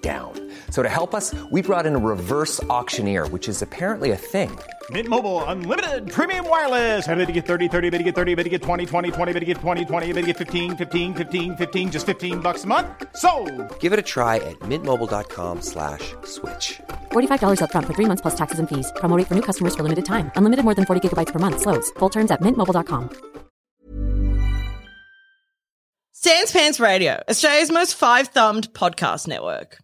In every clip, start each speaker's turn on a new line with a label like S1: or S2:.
S1: down. So to help us, we brought in a reverse auctioneer, which is apparently a thing.
S2: Mint Mobile unlimited premium wireless. Ready to get 30, 30, bet you get 30, bet you get 20, 20, 20, bet you get 20, 20, bet you get 15, 15, 15, 15 just 15 bucks a month. So,
S1: Give it a try at mintmobile.com slash switch.
S3: $45 up front for three months plus taxes and fees. Promo rate for new customers for limited time. Unlimited more than 40 gigabytes per month. Slows. Full terms at mintmobile.com.
S4: Sans Pants Radio, Australia's most five thumbed podcast network.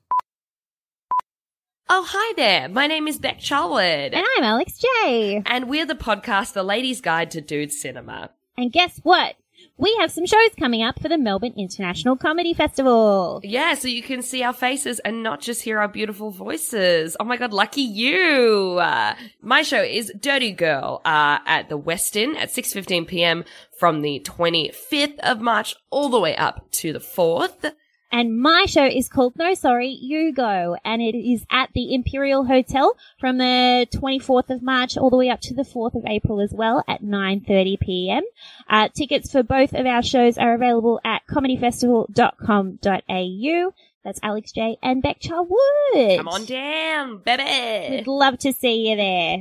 S5: Oh, hi there. My name is Beck Charwood.
S6: And I'm Alex J.
S5: And we're the podcast The Ladies Guide to Dude Cinema.
S6: And guess what? We have some shows coming up for the Melbourne International Comedy Festival.
S5: Yeah, so you can see our faces and not just hear our beautiful voices. Oh my god, lucky you! Uh, my show is Dirty Girl uh, at the Westin at 6:15 p.m. from the 25th of March all the way up to the 4th.
S6: And my show is called No Sorry, You Go. And it is at the Imperial Hotel from the 24th of March all the way up to the 4th of April as well at 9.30 p.m. Uh, tickets for both of our shows are available at comedyfestival.com.au. That's Alex J and Beck Charwood.
S5: Come on down,
S6: We'd
S5: baby.
S6: love to see you there.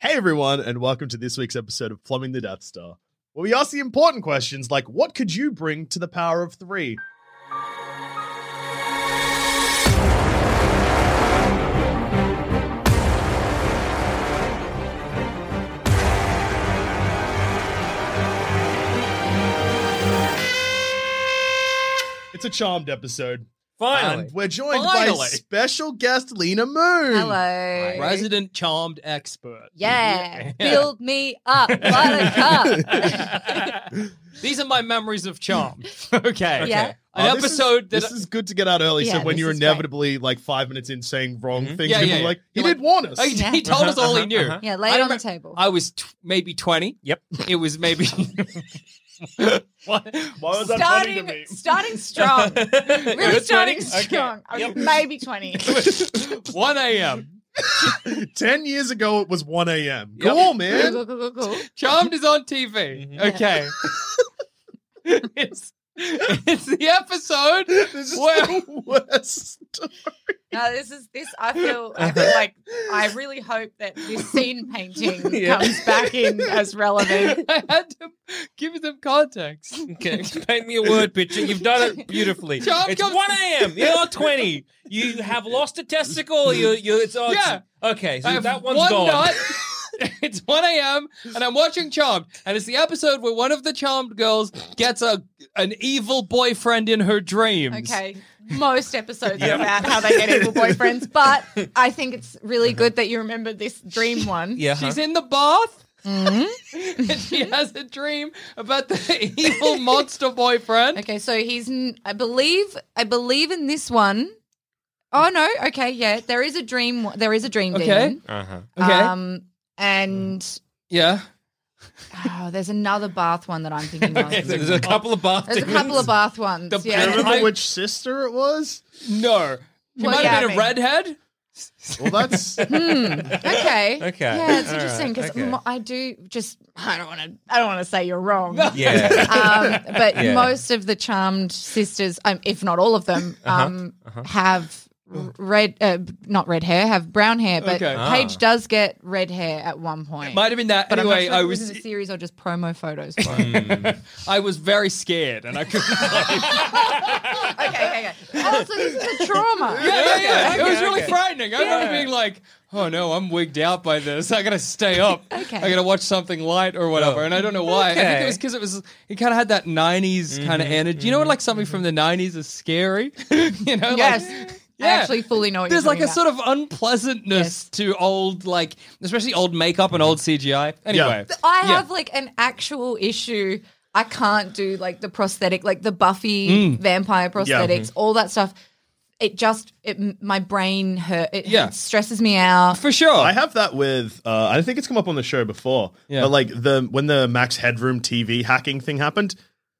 S7: Hey everyone, and welcome to this week's episode of Plumbing the Death Star, where we ask the important questions like what could you bring to the power of three? It's a charmed episode.
S8: Finally.
S7: And we're joined by
S8: Finally.
S7: special guest Lena Moon.
S9: Hello.
S8: Resident charmed expert.
S9: Yeah. Build me up like a cup.
S8: These are my memories of charmed. okay.
S9: Yeah.
S8: An
S7: Oh, this is-
S8: episode
S7: This
S8: that
S7: is good to get out early, so
S9: Yeah,
S7: when
S9: this
S7: you're
S9: is great.
S7: inevitably like five minutes in saying wrong things,
S8: Mm-hmm. Yeah,
S7: people
S8: yeah,
S7: are
S8: yeah.
S7: like, "You
S8: You're
S7: did warn us."
S8: I- he told us all he knew.
S9: Yeah, lay
S8: I
S9: it on the
S8: remember-
S9: table.
S8: I was t- maybe 20.
S7: Yep.
S8: It was maybe. what?
S7: Why was that funny to me?
S9: starting, starting strong.
S8: It
S9: Really
S8: was
S9: starting
S8: 20? Okay.
S9: strong. I was
S8: Yep.
S9: Maybe 20.
S8: 1 a.m.
S7: Ten years ago, it was one a.m.
S8: Yep.
S7: Cool,
S9: Cool,
S7: man. Mm-hmm.
S9: cool, cool, cool.
S8: Charmed is on TV. Okay. it's, it's the episode.
S7: This is
S8: where-
S7: the worst.
S9: No, this is this. I feel. I feel like. I really hope that this scene painting
S7: Yeah.
S9: comes back in as relevant.
S8: I had to give them context.
S10: Okay, paint me a word picture. You've done it beautifully.
S8: Charmed
S10: it's
S8: comes-
S10: one a.m. You're twenty. You have lost a testicle. You, you. It's oh, it's- Okay, so
S8: I have
S10: that one's
S8: one
S10: gone.
S8: nut. it's 1 a.m. and I'm watching Charmed. And it's the episode where one of the Charmed girls gets a an evil boyfriend in her dreams.
S9: Okay. Most episodes
S10: Yep.
S9: are about how they get evil boyfriends, but I think it's really
S8: Uh-huh.
S9: good that you remembered this dream one.
S10: Yeah.
S8: She's in the bath. and she has a dream about the evil monster boyfriend.
S9: Okay, so he's n- I believe I believe in this one. Oh no, okay, yeah. There is a dream one- there is a dream
S8: Okay.
S9: demon.
S10: Uh huh.
S8: Okay.
S9: Um and
S8: yeah.
S9: oh, there's another bath one that I'm thinking of.
S10: There's a couple of bath.
S9: There's a couple of bath ones.
S8: The-
S7: Do you
S9: yeah.
S7: remember
S8: I-
S7: which sister it was?
S8: No. She
S9: Well,
S8: might
S9: yeah,
S8: have been
S9: I
S8: a
S9: mean-
S8: redhead.
S7: Well, that's
S9: Okay.
S10: Okay.
S9: Yeah, it's
S10: All right,
S9: interesting because
S10: okay.
S9: I do just I don't want to I don't want to say you're wrong.
S10: Yeah.
S9: um, but
S10: Yeah.
S9: most of the charmed sisters, um, if not all of them, um, have r- red, uh, b- not red hair, have brown hair. But
S8: Okay.
S9: Paige does get red hair at one point.
S8: Might have been that.
S9: but
S8: anyway,
S9: I'm not sure
S8: I
S9: if it was
S8: was
S9: in the series or just promo photos. for it.
S8: I was very scared and I couldn't
S9: okay, okay, okay. Oh, so this is a trauma.
S8: yeah, yeah. it was really
S10: okay.
S8: frightening. I remember being like, "Oh no, I'm wigged out by this. I gotta stay up.
S9: Okay.
S8: I gotta watch something light or whatever." And I don't know why. I think it was because it was. It kind of had that '90s kind of energy. You know, when like something from the '90s is scary. you know,
S9: Yes.
S8: like
S9: I actually fully know what
S8: There's
S9: you're
S8: like a
S9: talking
S8: sort of unpleasantness to old, like especially old makeup and old CGI. Anyway,
S9: about. I
S8: Yeah.
S9: have like an actual issue. I can't do like the prosthetic, like the Buffy
S8: Mm.
S9: vampire
S8: Yeah.
S9: prosthetics, all that stuff. It just, it, m- my brain hurt. It,
S7: Yeah.
S9: it stresses me out.
S8: For sure.
S7: I have that with. Uh, I think it's come up on the show before.
S9: Yeah.
S7: But like the when the Max Headroom TV hacking thing happened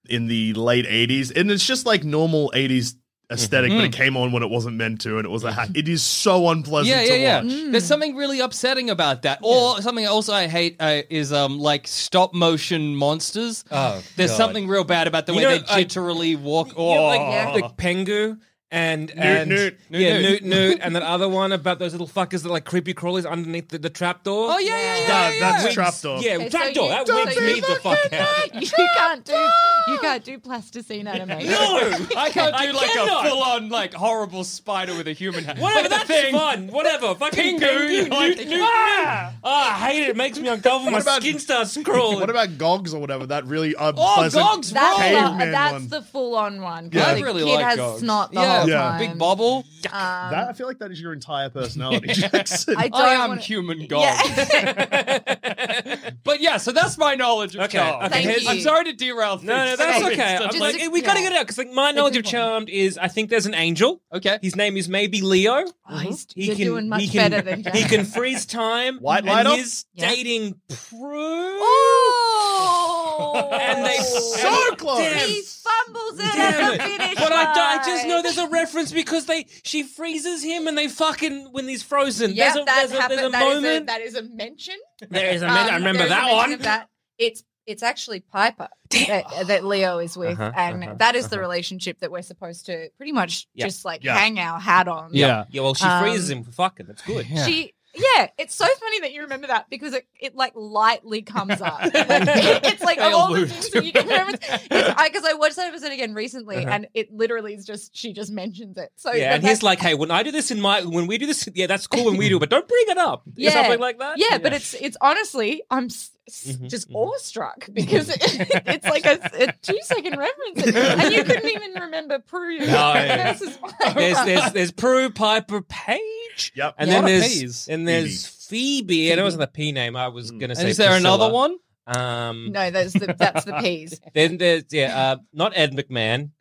S7: in the late '80s, and it's just like normal '80s esthetic but it
S8: Mhm.
S7: came on when it wasn't meant to, and it was a hack. It is so unpleasant
S8: Mm-hmm. yeah, yeah,
S7: to
S8: yeah.
S7: watch.
S8: There's something really upsetting about that. Or something also I hate uh, is um like stop motion monsters.
S10: Oh,
S8: There's
S10: God.
S8: something real bad about the
S10: You
S8: way
S10: know,
S8: they
S10: I-
S8: jitterily walk. Oh,
S10: You know, like the Pengu and
S8: Newt,
S10: and
S8: newt.
S10: yeah,
S8: Newt,
S10: Newt
S8: newt.
S10: Newt, and that other one about those little fuckers that like creepy crawlies underneath the, the trapdoor.
S8: Oh, yeah, yeah, yeah,
S10: That-
S8: yeah,
S10: That's
S8: yeah.
S10: trapdoor. Yeah,
S9: Okay, so
S10: trapdoor.
S9: you-
S10: that
S9: so
S10: wigs
S9: you
S10: me the fuck out.
S9: you can't do, you can't do plasticine animation.
S8: I can't do
S10: I
S8: like
S10: cannot.
S8: a full on like horrible spider with a human head.
S10: Whatever,
S8: Like the
S10: that's
S8: thing.
S10: fun. Whatever. Fucking
S8: Pingu,
S10: Pengu,
S8: like-
S10: Newt, Newt. Ah! Ah, I hate it. It makes me uncomfortable. My
S7: What about-
S10: skin starts crawling.
S7: What about Gogs or whatever? That really
S9: Oh,
S7: unpleasant
S9: Gog's that's
S7: caveman
S9: the, that's
S7: one.
S9: the full-on one.
S7: Yeah. I
S9: The
S7: really
S9: kid
S7: like
S9: has
S7: Gog's.
S9: snot the
S7: Yeah.
S9: whole
S7: Yeah.
S9: time.
S7: Big
S8: bubble.
S9: Um,
S7: that I feel like that is your entire personality. Jackson.
S9: I don't
S8: I am
S9: wanna-
S8: human god. but yeah, so that's my knowledge of
S10: Okay,
S8: god.
S10: okay, Thank
S8: I'm
S10: you.
S8: sorry to derail things.
S10: No, no, that's
S8: Sorry.
S10: okay. I'm
S8: Just
S10: like, eh,
S8: to-
S10: we gotta get it out because like my knowledge of Charmed is I think there's an angel.
S8: Okay,
S10: his name is maybe Leo.
S9: he's-
S10: He
S9: you're doing much
S10: he can,
S9: better than
S10: He
S9: Jack.
S10: can freeze time.
S7: White
S10: and
S7: light up?
S10: His dating pro.
S9: Oh!
S10: And they
S9: So
S10: and-
S9: close.
S10: Damn,
S9: He fumbles it
S10: damn
S9: at the
S10: it.
S9: finish
S10: But I, d- I
S9: line.
S10: just know there's a reference because they she freezes him and they fucking when he's frozen.
S9: Yep,
S10: there's a,
S9: that
S10: there's a,
S9: happened.
S10: there's a
S9: That is
S10: moment.
S9: that is a mention. Um,
S10: There is a mention. I remember
S9: there's a
S10: that
S9: mention
S10: one.
S9: of that. It's it's actually Piper that, that Leo is with,
S10: Uh-huh,
S9: and
S10: uh-huh,
S9: that is the
S10: uh-huh.
S9: relationship that we're supposed to pretty much
S10: Yeah.
S9: just like
S10: Yeah.
S9: hang our hat on.
S10: Yeah, well, she
S9: Um, oh,
S10: freezes him for fucking. That's good.
S9: She, yeah, it's so funny that you remember that because it, it like lightly comes up. Like, it's like of all the things that you can remember, because I, 'cause I watched that episode again recently,
S10: Uh-huh.
S9: and it literally is just she just mentions it. So
S10: yeah,
S9: the
S10: and he's
S9: fact-
S10: like, "Hey, when I do this in my, when we do this, yeah, that's cool when we do, it, but don't bring it up." Yeah, something like that.
S9: Yeah, but it's it's honestly, I'm s- s
S10: Mhm,
S9: just awestruck because it, it's like a, two second reference, and you couldn't even remember Prue.
S10: yeah.
S9: This is
S10: there's there's there's Prue Piper Page.
S7: Yep.
S10: And
S8: A
S10: then
S8: lot of
S10: there's
S8: Ps.
S10: and there's Phoebe. Mm. And it wasn't the P name I was gonna
S8: And
S10: say.
S8: is there another
S10: Priscilla. Um,
S9: no, that's the that's the peas.
S10: Then there's yeah, uh, not Ed McMahon,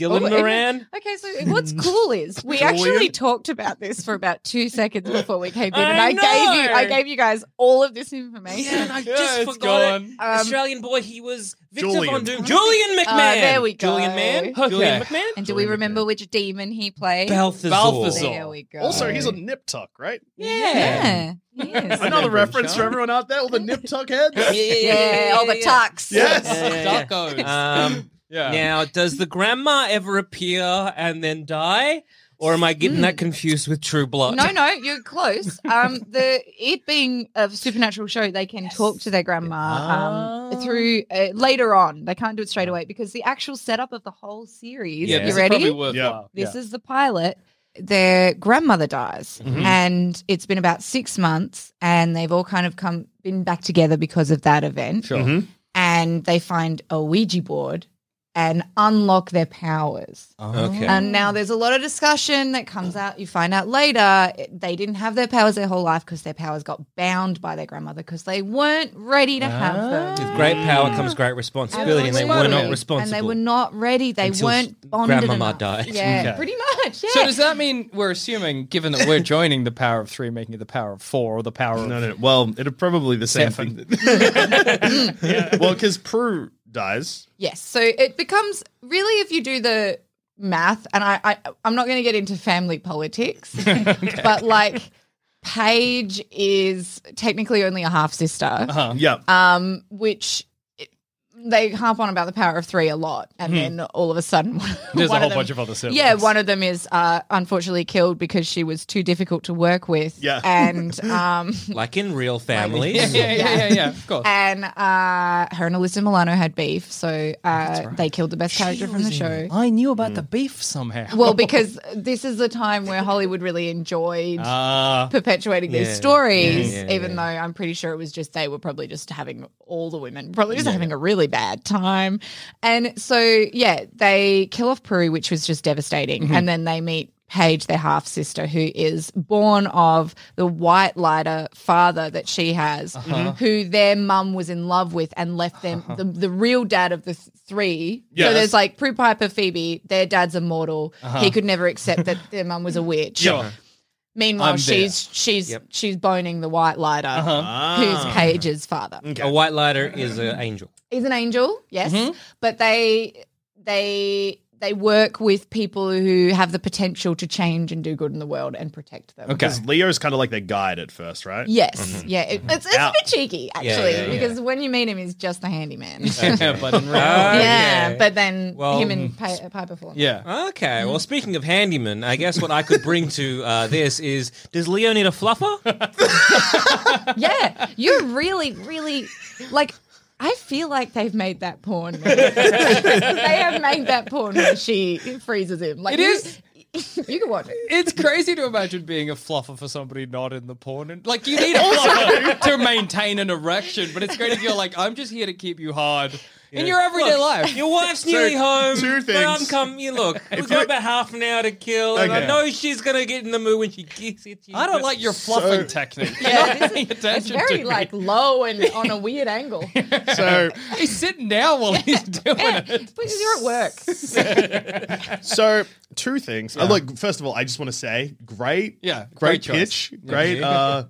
S10: Dylan
S9: Oh, it-
S10: Moran.
S9: Okay, so what's cool is we
S10: Julian?
S9: actually talked about this for about two seconds before we came in, and
S10: I
S9: I gave you I
S10: know.
S9: gave you guys all of this information.
S10: Yeah, and I just forgot it.
S9: Um,
S10: Australian boy. He was Victor
S7: Julian.
S10: Von Doom. Julian McMahon.
S9: Uh, there we go.
S10: Mm-hmm. Julian Man. Julian McMahon.
S9: And do we remember which demon he played?
S10: Balthazar.
S9: There we go.
S7: Also, he's a nip tuck, right?
S9: Yeah.
S7: Another reference for everyone out there, all the nip tuck heads.
S10: Yeah, yeah, yeah, yeah, Oh,
S9: all the tucks.
S7: Yes.
S10: Um, Now, does the grandma ever appear and then die, or am I getting that confused with True Blood?
S9: Mm. No, no, you're close. Um, the it being a supernatural show, they can talk to their grandma
S10: Ah.
S9: um, through uh, later on. They can't do it straight away because the actual setup of the whole series.
S8: Yeah,
S9: you
S8: this is
S9: ready?
S8: probably worthwhile. Yeah.
S9: This is the pilot. Their grandmother dies,
S8: Mhm.
S9: and it's been about six months, and they've all kind of come been back together because of that event.
S8: Sure.
S10: Mm-hmm.
S8: Mhm.
S9: And they find a Ouija board and unlock their powers.
S8: Okay.
S9: Oh. And now there's a lot of discussion that comes out. You find out later it- they didn't have their powers their whole life because their powers got bound by their grandmother because they weren't ready to have them.
S10: With Ah. great power comes great responsibility, and they were
S9: Mm. Absolutely.
S10: not responsible.
S9: And they were not ready. They
S10: Until
S9: weren't bonded
S10: grandmama
S9: enough.
S10: died.
S9: Yeah,
S8: Okay.
S9: pretty much. Yeah.
S8: So does that mean we're assuming, given that we're joining the power of three, making it the power of four, or the power of
S7: No, no. Well, it'll probably the same
S8: Seven.
S7: thing. Well, because Prue dies.
S9: Yes. So it becomes really if you do the math, and I, I I'm not going to get into family politics, but like Paige is technically only a half sister.
S8: Uh-huh.
S7: Yeah.
S9: Um, which it- they harp on about the power of three a lot, and
S8: Mhm.
S9: then all of a sudden,
S8: There's
S9: one
S8: a whole
S9: them-
S8: bunch of other siblings.
S9: Yeah, one of them is uh, unfortunately killed because she was too difficult to work with.
S10: Yeah.
S9: and um,
S10: like in real families.
S9: Yeah, yeah, yeah, yeah, yeah,
S10: of course.
S9: and uh, her and Alyssa Milano had beef, so uh, they killed the best character from the show.
S8: I knew about
S7: Mm.
S8: the beef somehow.
S9: Well, because this is the time where Hollywood really enjoyed
S10: Uh,
S8: Ah.
S9: perpetuating these
S8: Yeah.
S9: stories,
S8: Yeah, yeah,
S9: even though I'm pretty sure it was just they were probably just having all the women probably just having a really bad time. And so, yeah, they kill off Prue, which was just devastating.
S8: Mhm.
S11: Mm-hmm.
S9: And then they meet Paige, their half sister, who is born of the white lighter father that she has,
S11: Uh-huh.
S9: who their mum was in love with and left them the, the real dad of the th- three.
S11: Yes.
S9: So there's like Prue Piper, Phoebe, their dad's a mortal.
S11: Uh-huh.
S9: He could never accept that their mum was a witch.
S11: Sure.
S9: Meanwhile,
S10: I'm there.
S9: she's she's
S10: Yep.
S9: she's boning the white lighter,
S10: Uh-huh. Mm. Ah.
S9: who's Paige's father.
S10: A white lighter is an angel.
S9: He's an angel, yes,
S10: Mm-hmm.
S9: but they they they work with people who have the potential to change and do good in the world and protect them.
S7: Because Leo's kind of like their guide at first, right?
S9: Yes,
S10: Mm-hmm.
S9: yeah, it, it's, it's a
S7: Out.
S9: bit cheeky actually
S7: Yeah, yeah, yeah.
S9: because when you meet him, he's just the handyman.
S10: Yeah, but in real-
S9: yeah,
S10: Okay.
S9: but then
S10: Well,
S9: him and Pi- Piper form.
S10: Yeah. Okay. Well, speaking of handyman, I guess what I could bring to uh, this is: Does Leo need a fluffer?
S9: yeah, you're really, really like. I feel like they've made that porn. they have made that porn where she freezes him. Like
S8: It
S9: you,
S8: is-
S9: You can watch it.
S8: It's crazy to imagine being a fluffer for somebody not in the porn. And like, you need a fluffer to maintain an erection, but it's great if you're like, I'm just here to keep you hard in your everyday
S10: Look,
S8: life.
S10: Your wife's nearly home. Um, But I'm coming. You look.
S8: If
S10: We've got
S8: we-
S10: about half an hour to kill, and
S8: Okay.
S10: I know she's gonna get in the mood when she gets it.
S8: I don't like your fluffing technique. Yeah,
S9: It's very like low and on a weird angle.
S7: So
S8: he's sitting down while he's doing it.
S9: Because you're at work.
S7: So two things. Uh, look, first of all, I just want to say, great,
S8: Yeah,
S7: great,
S8: great choice.
S7: pitch, great.
S8: Yeah.
S7: Uh,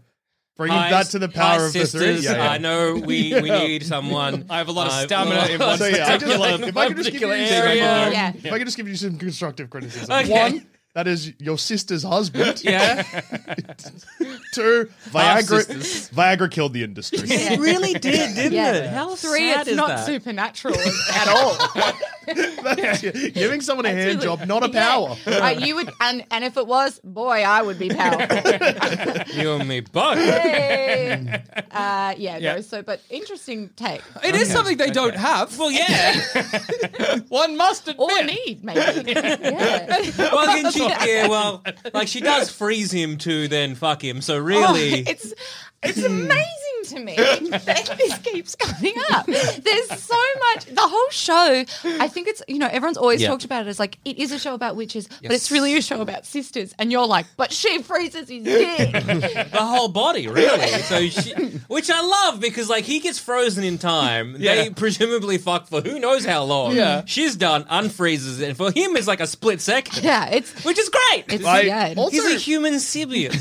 S7: bringing
S10: Hi,
S7: that to the power
S10: hi,
S7: of the three.
S10: sisters. I know we- we need someone. uh, I have a lot of stamina in one
S7: so, yeah, I just-
S10: particular-
S7: if I could just give you
S10: particular
S7: some,
S10: area. Yeah.
S7: if I could just give you some constructive criticism.
S10: Okay.
S7: One, that is your sister's husband.
S10: Yeah.
S7: Two,
S10: Half
S7: Viagra.
S10: sisters.
S7: Viagra killed the industry.
S10: It really did, didn't it? How
S9: Three,
S10: sad
S9: it's
S10: is
S9: not
S10: that?
S9: supernatural at all.
S7: That's- giving someone a hand job, not a
S9: Yeah.
S7: power.
S9: Uh, you would, and and if it was, boy, I would be powerful.
S10: You and me both.
S9: Hey. Uh, yeah,
S10: Yeah.
S9: no. So, but interesting take.
S8: It is something they don't have.
S10: Well, yeah.
S8: One must admit.
S9: Or need, maybe.
S10: well, then she, yeah, well, like she does freeze him to then fuck him. So really,
S9: Oh, it's it's amazing to me that this keeps coming up. There's so much. The whole show. I think it's you know everyone's always
S11: Yeah.
S9: talked about it as like it is a show about witches, but
S10: Yes.
S9: it's really a show about sisters. And you're like, but she freezes his dick.
S10: the whole body, really. So she, which I love because like he gets frozen in time. They
S8: Yeah.
S10: presumably fuck for who knows how long.
S8: Yeah.
S10: she's done unfreezes, and for him it's like a split second.
S9: Yeah, it's
S10: which is great.
S9: It's
S7: I- yeah.
S10: he's
S7: also-
S10: a human sybian.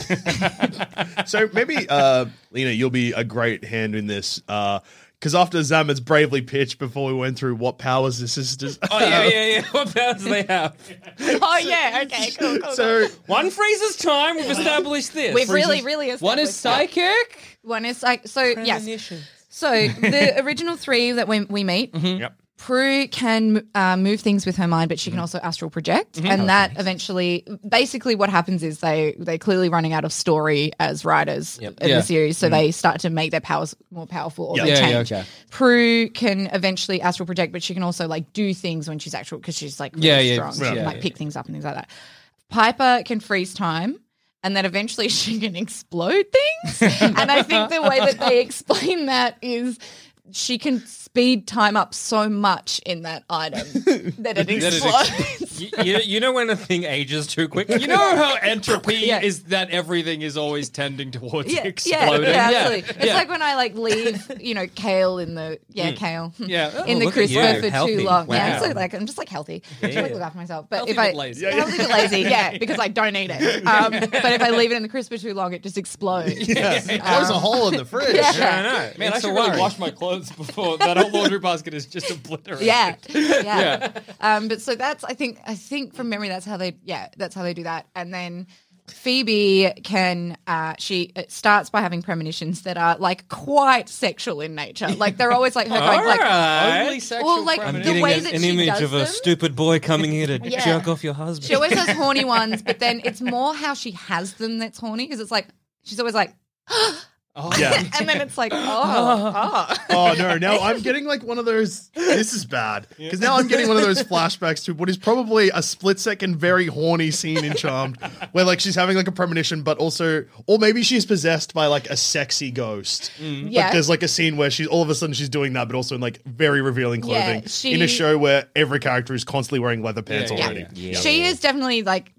S7: so maybe uh Lena, you'll be a great hand in this. Uh because after Zamet's bravely pitched before we went through what powers the sisters
S10: oh yeah, yeah, yeah. What powers do they have?
S9: oh yeah. Okay. Cool. cool
S7: So
S10: One freezes time. We've established this.
S9: We've really, really established
S10: One is
S9: that.
S10: psychic.
S9: One is like so. Yes. So the original three that we, we meet.
S11: Mm-hmm.
S10: Yep.
S9: Prue can uh, move things with her mind, but she can also astral project,
S11: Mhm.
S9: and that eventually, basically, what happens is they they clearly running out of story as writers
S11: Yep.
S9: in
S11: Yeah.
S9: the series, so
S11: Mm.
S9: they start to make their powers more powerful or
S11: Yeah.
S9: they
S11: Yeah, yeah,
S9: change.
S11: okay.
S9: Prue can eventually astral project, but she can also like do things when she's actual because she's like really
S11: Yeah, yeah,
S9: strong,
S11: yeah,
S9: she can
S11: yeah,
S9: like
S11: yeah.
S9: pick things up and things like that. Piper can freeze time. And then eventually she can explode things. and I think the way that they explain that is she can speed time up so much in that item that it
S10: That it ex-
S9: explodes.
S10: You, you, you know when a thing ages too quick.
S8: You know how entropy is that everything is always tending towards
S9: yeah, yeah,
S8: exploding.
S9: yeah, absolutely. It's
S8: yeah.
S9: like when I like leave, you know, kale in the yeah,
S8: Mm.
S9: kale.
S8: Yeah.
S9: in
S8: Oh,
S9: the
S8: look at you.
S9: crisper for
S8: Healthy.
S9: too long.
S8: Wow.
S9: Yeah, so like I'm just like healthy. I
S8: Yeah.
S9: just like look after myself. But
S8: Healthy
S9: if I
S8: but lazy. Yeah, yeah.
S9: healthy but lazy, yeah, because I don't eat it. Um, but if I leave it in the crisper too long, it just explodes.
S8: Yeah.
S9: Um,
S8: Blows a hole in the
S10: fridge.
S9: Yeah,
S10: Yeah, I know.
S8: Man, I
S10: It's a
S8: should really
S10: worry.
S8: wash my clothes before that whole laundry basket is just obliterated.
S9: yeah, yeah.
S8: Yeah.
S9: Um, but so that's I think I think from memory that's how they yeah that's how they do that. And then Phoebe can uh, she it starts by having premonitions that are like quite sexual in nature. Like they're always like her going like
S10: Alright.
S8: Only sexual
S9: well like
S10: I'm
S9: the
S10: getting
S9: way
S10: an,
S9: that
S10: an
S9: she
S10: image
S9: does
S10: of a
S9: them.
S10: stupid boy coming here to
S9: Yeah.
S10: jerk off your husband.
S9: She always has horny ones, but then it's more how she has them that's horny because it's like she's always like.
S7: Oh, yeah.
S9: and then it's like, oh, oh.
S7: Oh no, now I'm getting like one of those this is bad. Because now I'm getting one of those flashbacks to what is probably a split second very horny scene in Charmed where like she's having like a premonition, but also or maybe she's possessed by like a sexy ghost. But
S9: Yeah.
S7: there's like a scene where she's all of a sudden she's doing that, but also in like very revealing
S9: Yeah,
S7: clothing.
S9: she-
S7: in a show where every character is constantly wearing leather pants
S9: Yeah.
S7: already.
S9: She is definitely like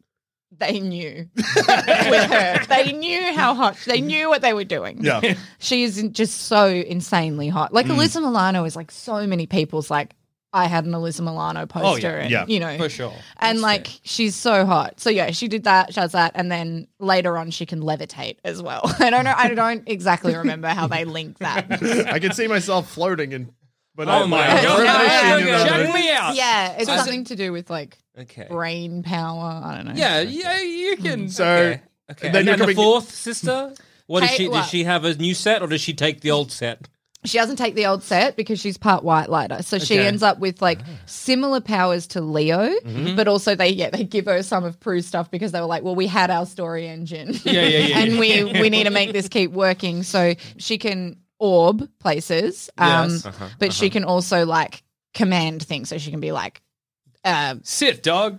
S9: they knew with her. They knew how hot. They knew what they were doing.
S7: Mm-hmm. Yeah.
S9: she is just so insanely hot. Like
S7: Mm.
S9: Alyssa Milano is like so many people's like. I had an Alyssa
S7: Oh,
S9: Milano poster, and you know,
S8: for sure.
S9: and like she's so hot. So yeah, she did that. She does that, and then later on she can levitate as well. I don't know. I don't exactly remember how they link that.
S7: I could see myself floating and. But
S10: Oh
S7: I-
S10: my
S7: I-
S10: God.
S7: Revelation, you know,
S10: Check me out.
S9: Yeah, it's
S10: So is it-
S9: something to do with like
S10: Okay.
S9: brain power. I don't know.
S10: Yeah, yeah, you can.
S7: So
S10: okay. okay.
S7: then
S10: Then and
S7: you're
S10: then the
S7: coming-
S10: fourth sister. What does
S9: Hey,
S10: she?
S9: what?
S10: Does she have a new set, or does she take the old set?
S9: She doesn't take the old set because she's part white lighter. So she
S10: Okay.
S9: ends up with like similar powers to Leo,
S10: Mhm.
S9: but also they yeah, they give her some of Prue's stuff because they were like, Well, we had our story engine.
S8: Yeah, yeah, yeah,
S9: and
S8: yeah.
S9: we we need to make this keep working. So she can orb places. Um
S8: Yes. Uh-huh,
S9: but she
S8: uh-huh.
S9: can also like command things. So she can be like um
S8: Sit, dog.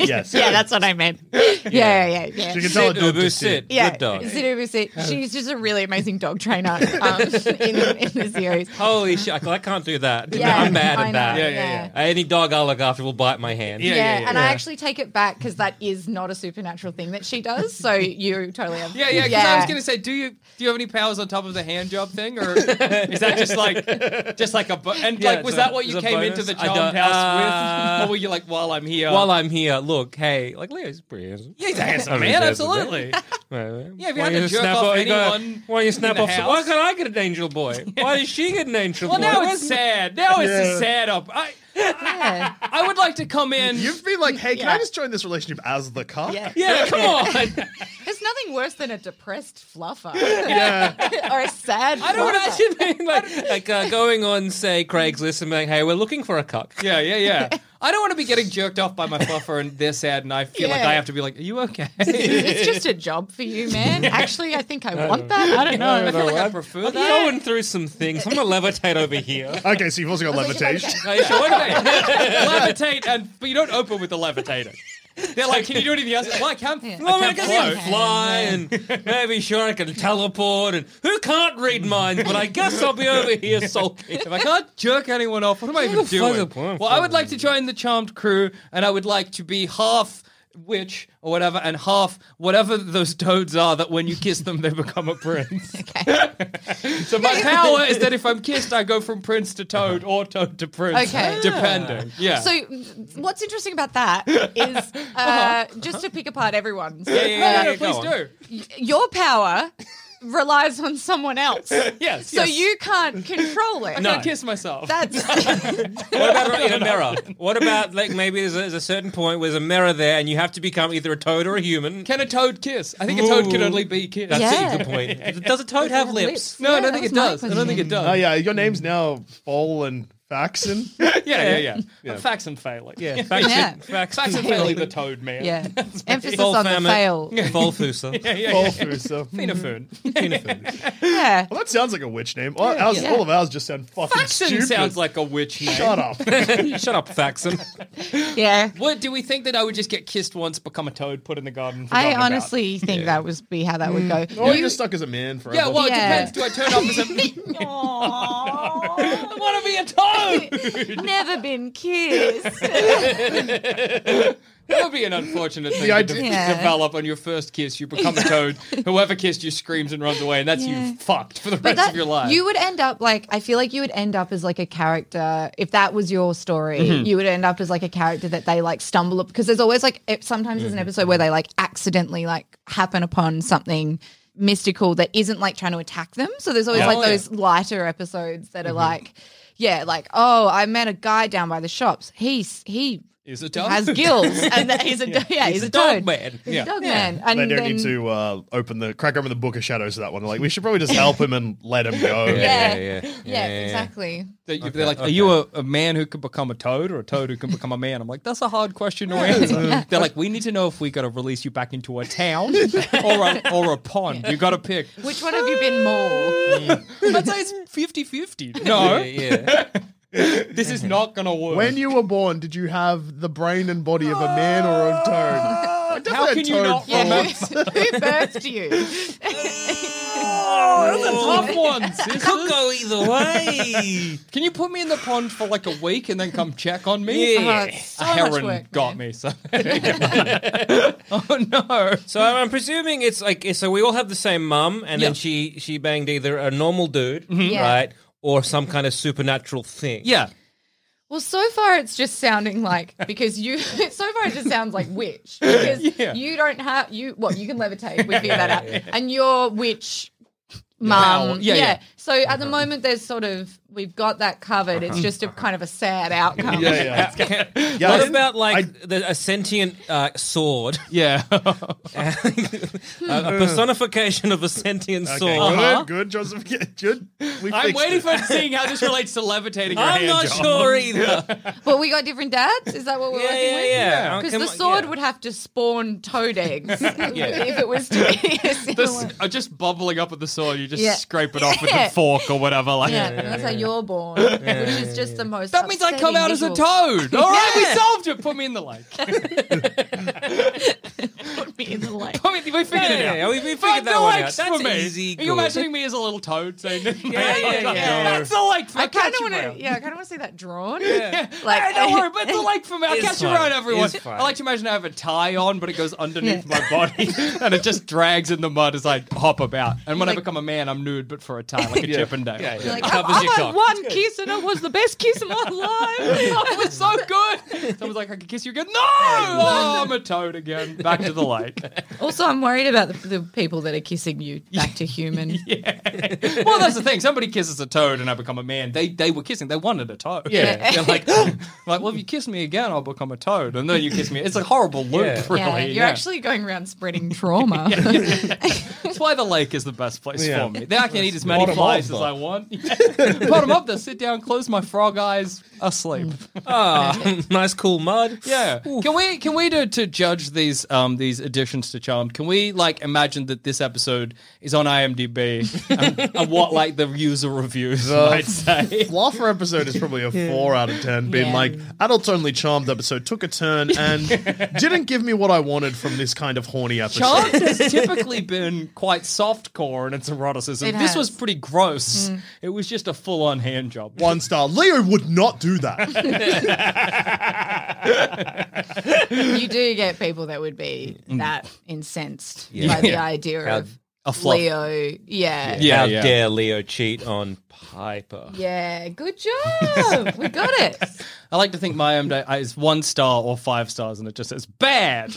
S7: Yes.
S9: Yeah, that's what I meant. Yeah, yeah, yeah. yeah.
S7: She can tell a dog to sit.
S9: Yeah, Zidoo Bussi. She's just a really amazing dog trainer um, in, in the series.
S10: Holy shit! I, I can't do that.
S9: Yeah,
S10: I'm mad
S9: I
S10: at
S9: know,
S10: that.
S9: Yeah, yeah,
S10: Any dog I look after will bite my hand.
S9: Yeah, and I actually take it back because that is not a supernatural thing that she does. So you totally have.
S8: Yeah, yeah. Because I was gonna say, do you do you have any powers on top of the hand job thing, or is that just like just like a bo- and
S10: Yeah,
S8: like was
S10: so-
S8: that what you
S10: is a
S8: came
S10: bonus?
S8: into the
S10: I
S8: charmed
S10: don't-
S8: house
S10: uh,
S8: with, or were you like while I'm here?
S10: While I'm here, look, hey, like Leo's pretty handsome.
S8: Yeah, he's a handsome
S10: I mean,
S8: man,
S10: he's handsome,
S8: absolutely.
S10: man.
S8: Yeah, if you
S10: Why
S8: had
S10: you
S8: to jerk
S10: snap
S8: off
S10: off- you gotta-
S8: anyone
S10: Why you
S8: in
S10: snap
S8: the
S10: off? Some, why
S8: house?
S10: can't I get an angel boy? Why does she get an angel
S8: Well,
S10: boy?
S8: now it's sad. Now it's
S7: Yeah.
S8: just sad. Up. I, I would like to come in.
S7: You've been like, hey, can
S9: Yeah.
S7: I just join this relationship as the cop?
S9: Yeah.
S8: yeah, come on.
S9: There's nothing worse than a depressed fluffer
S7: Yeah.
S9: or a sad.
S10: I don't
S9: fluffer.
S10: actually mean like like uh, going on say Craigslist and being, hey, we're looking for a cuck.
S8: Yeah, yeah, yeah. I don't want to be getting jerked off by my fluffer and they're sad, and I feel like
S9: Yeah.
S8: I have to be like, "Are you okay?"
S9: It's just a job for you, man. Actually, I think I want that. I don't know.
S8: I feel like I prefer
S10: I'm
S8: that.
S10: going through some things. I'm gonna levitate over here.
S7: Okay, so you've also got levitation.
S10: Are you sure?
S8: levitate, and but you don't open with the levitator. They're like, "Can you do anything else?" Well, I can't.
S10: Well,
S8: I
S10: I
S8: can't
S10: guess
S8: float.
S10: I can fly and maybe sure I can teleport and who can't read minds, but I guess I'll be over here sulking.
S8: If I can't jerk anyone off, what am I even
S10: the fuck
S8: doing?
S10: up, I'm
S8: Well, I would like to join the charmed crew, and I would like to be half witch or whatever, and half whatever those toads are that when you kiss them, they become a prince. so my power is that if I'm kissed, I go from prince to toad or toad to prince,
S9: Okay. Ah.
S8: depending. Yeah.
S9: So, what's interesting about that is uh, just to pick apart everyone's.
S8: yeah, yeah, yeah,
S9: uh,
S8: yeah, please
S10: go
S8: do.
S10: on.
S9: your power relies on someone else.
S8: Yes.
S9: So
S8: yes.
S9: you can't control it.
S8: I can't kiss myself.
S9: That's
S10: What about in a mirror? What about like maybe there's a, there's a certain point where there's a mirror there and you have to become either a toad or a human?
S8: can a toad kiss? I think a toad can
S10: Ooh.
S8: only be kissed.
S10: That's
S9: Yeah.
S10: a good point. Does a toad have lips?
S8: No,
S9: Yeah,
S8: I don't
S9: that
S8: think it
S9: was my
S8: does. I don't think it does.
S7: Oh, yeah, your name's now Fall and Faxon.
S8: yeah, yeah, yeah. Facts and failing. Yeah.
S10: Faction,
S9: Yeah.
S10: faction,
S8: Facts and failing the toad man.
S9: yeah. Emphasis
S10: Vol
S9: on the
S10: Famet,
S9: fail.
S10: Vol Fusa.
S8: Yeah, yeah,
S7: Fall
S8: yeah.
S7: Fusa.
S8: Fenafern.
S9: Yeah.
S7: Well, that sounds like a witch name. All, ours-
S9: Yeah.
S7: all of ours just sound fucking
S8: Faxon
S7: stupid.
S8: sounds like a witch name.
S7: Shut up.
S10: Shut up, Faxon.
S9: Yeah.
S8: What do we think that I would just get kissed once, become a toad, put in the garden?
S9: I
S8: forgotten about?
S9: honestly think that was be how that would go.
S7: Or you're stuck as a man forever.
S8: Yeah, well,
S9: Yeah.
S8: it depends. Do I turn up as a? I want to be a toad.
S9: Never been kissed.
S8: That would be an unfortunate thing
S7: The
S8: to
S7: idea-
S8: de-
S9: Yeah.
S8: develop on your first kiss. You become a toad. Whoever kissed you screams and runs away, and that's you fucked for the rest of your life.
S9: you would end up like I feel like you would end up as like a character if that was your story.
S8: Mm-hmm.
S9: You would end up as like a character that they like stumble up because there's always like it, sometimes there's an
S8: Mm-hmm.
S9: episode where they like accidentally like happen upon something mystical that isn't like trying to attack them. So there's always
S8: Yeah.
S9: like
S8: Oh, yeah. Mm-hmm.
S9: those lighter episodes that are like. Yeah, like oh, I met a guy down by the shops. He's he
S8: Is a toad?
S9: has gills, and that he's a yeah, he's, a,
S10: dog
S9: toad.
S10: man.
S9: He's
S8: Yeah.
S9: a dog man. And
S7: They don't
S9: then,
S7: need to uh, open the crack open the book of shadows for that one. They're like, we should probably just help him and let him go.
S10: yeah,
S9: Yeah,
S10: yeah.
S9: yeah,
S10: Yeah, yeah, yeah.
S9: exactly.
S8: They, They're like, are you a, a man who can become a toad or a toad who can become a man? I'm like, that's a hard question to answer. They're like, we need to know if we got to release you back into a town or a, or a pond. You got to pick.
S9: Which one have you been more?
S8: I'd say it's 50 50. No,
S10: Yeah.
S8: this is not going to work.
S7: When you were born, did you have the brain and body of a man or a toad?
S8: How
S7: Definitely a
S8: can you
S7: toad
S8: not
S7: for a
S9: Yeah,
S7: month.
S9: who's- who birthed you?
S8: Oh, that's a tough one. sis.
S10: Could go either way.
S8: Can you put me in the pond for like a week and then come check on me? Ah,
S10: Yeah. Oh, it's
S8: a
S9: so much
S8: heron
S9: work,
S8: got me. So. oh no.
S10: So I'm I'm presuming it's like so we all have the same mum, and
S8: Yeah.
S10: then she she banged either a normal dude,
S7: Mm-hmm.
S9: Yeah.
S10: right, or some kind of supernatural thing.
S8: Yeah.
S9: Well, so far it's just sounding like because you. So far it just sounds like witch because
S8: Yeah.
S9: you don't have you. What you can levitate. We figured that out, and you're witch. Mum,
S8: Yeah, yeah.
S9: So at the moment, there's sort of we've got that covered. It's just a kind of a sad outcome.
S7: yeah, yeah. Yeah, I
S10: what
S7: didn't-
S10: about like the, a sentient uh, sword,
S8: Yeah.
S10: a, a personification of a sentient
S7: Okay,
S10: sword? Uh-huh.
S7: Good, good, Joseph. Good. We
S8: Uh-huh. I'm
S7: fixed
S8: waiting
S7: it.
S8: for seeing how this relates to levitating. your
S10: I'm
S8: hand
S10: not
S8: job.
S10: sure either.
S9: But we got different dads. Is that what we're
S10: Yeah,
S9: working
S10: yeah,
S9: with?
S8: Oh,
S10: yeah.
S9: Because
S10: Come
S9: the
S10: on,
S9: sword
S10: yeah.
S9: would have to spawn toad eggs if it was to be
S8: The
S9: a similar.
S8: s- are uh, just bubbling up at the sword. You just
S9: Yeah.
S8: scrape it off with
S9: Yeah.
S8: a fork or whatever. Like
S9: yeah, that's how you're born, which is just the most.
S8: that means I come
S9: upsetting
S8: out as a
S9: visual.
S8: toad. All right, we
S9: Yeah.
S8: solved it. Put me in the lake.
S9: Put me in the lake.
S8: Put me, we figured
S10: Yeah,
S8: it
S10: yeah,
S8: out.
S10: yeah, we- we figured
S8: Fuck,
S10: that
S8: the
S10: one out.
S8: lake's
S10: That's
S8: for me.
S10: easy
S8: Are you
S10: good.
S8: imagining me as a little toad saying, "Yeah,
S10: yeah, yeah.
S8: That's the lake for
S9: I
S8: me.
S9: kind of
S8: Catch you
S9: want to.
S8: around."
S9: Yeah, I kind of want to see that drawn.
S10: Yeah.
S9: Like,
S8: Hey, don't worry, but it's a lake for me. I'll
S10: It's
S8: catch you
S10: fine.
S8: around everyone.
S10: It's fine.
S8: I like to imagine I have a tie on, but it goes underneath my body and it just drags in the mud as I hop about. And when I
S9: Like-
S8: become a man, I'm nude, but for a tie, like a Chippendale.
S10: Yeah, yeah.
S9: Like,
S10: It
S9: I,
S10: covers
S9: I
S10: your
S9: had
S10: cock.
S9: one kiss and it was the best kiss of my life. Oh,
S8: It was so good. Someone's like, I can kiss you again. No! Oh, I'm a toad again. Back to the lake.
S9: also, I'm worried about the, the people that are kissing you back to human.
S8: Well, that's the thing. Somebody kisses a toad and I become a man. They they were kissing. They wanted a toad. Yeah. They're like, "Oh." like, well, if you kiss me again, I'll become a toad. And then you kiss me. It's a horrible loop,
S10: Yeah.
S8: really.
S9: Yeah, you're
S8: yeah.
S9: actually going around spreading trauma.
S8: That's why the lake is the best place
S7: Yeah.
S8: for me. Then I can eat as many
S7: Bottom
S8: flies
S7: up,
S8: as
S7: though.
S8: I want. Bottom up, there, sit down, close my frog eyes, asleep.
S10: Ah, nice cool mud.
S8: Yeah. Can we can we do to judge these um these additions to Charmed? Can we like imagine that this episode is on IMDb and, and what like the user reviews might say?
S7: Fluffer episode is probably a four out of ten. Being
S9: Yeah.
S7: like adults only charmed episode took a turn and didn't give me what I wanted from this kind of horny episode.
S8: Charmed has typically been quite soft core in its eroticism.
S9: It
S8: this was
S9: has. Mm-hmm.
S8: pretty gross. It was just a full on hand job.
S7: One star. Leo would not do that.
S9: you do get people that would be that incensed by the idea
S10: How-
S9: of
S8: A fluff.
S9: Leo. Yeah. yeah.
S8: Yeah,
S10: How
S8: yeah.
S10: dare Leo cheat on Piper?
S9: good job. we got it.
S8: I like to think my IMDb is one star or five stars, and it just says bad.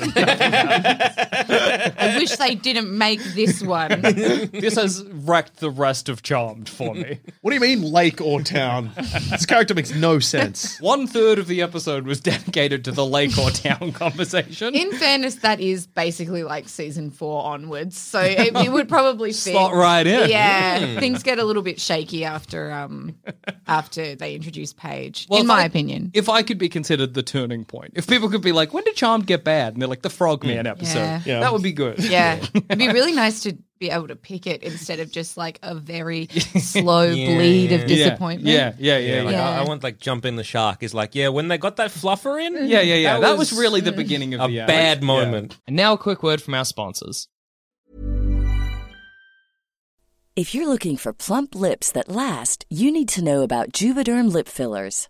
S9: I wish they didn't make this one.
S8: this has wrecked the rest of Charmed for me.
S7: what do you mean lake or town? This character makes no sense.
S8: One third of the episode was dedicated to the lake or town conversation.
S9: In fairness, that is basically like season four onwards, so it, it would probably fit.
S8: Slot right in. Hmm.
S9: Yeah, things get a little bit shaky after um after they introduce Paige.
S8: Well,
S9: in
S8: if
S9: my
S8: I-
S9: opinion,
S8: If I could be considered the turning point, if people could be like, when did Charmed get bad? And they're like, the Frogman episode.
S9: Yeah.
S7: Hmm. Yeah.
S8: That would be good.
S9: Yeah. It'd be really nice to be able to pick it instead of just like a very slow bleed of
S8: Yeah.
S9: disappointment.
S8: Yeah, yeah, yeah.
S10: Yeah,
S8: yeah.
S10: like I,
S9: Yeah.
S10: I want like jump in the shark is like yeah when they got that fluffer in
S8: Yeah, yeah, yeah. That, was, really
S9: Mm.
S8: the beginning of
S10: a
S8: the uh,
S10: bad
S8: yeah.
S10: moment.
S8: And now a quick word from our sponsors.
S11: If you're looking for plump lips that last, you need to know about Juvederm lip fillers.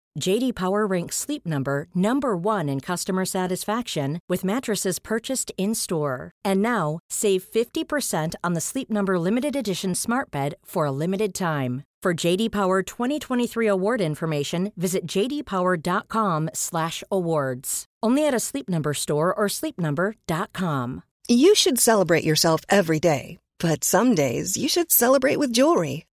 S12: JD Power ranks Sleep Number number 1 in customer satisfaction with mattresses purchased in-store. And now, save 50% on the Sleep Number limited edition smart bed for a limited time. For JD Power 2023 award information, visit jdpower.com/awards. Only at a Sleep Number store or sleepnumber.com.
S13: You should celebrate yourself every day, but some days you should celebrate with jewelry.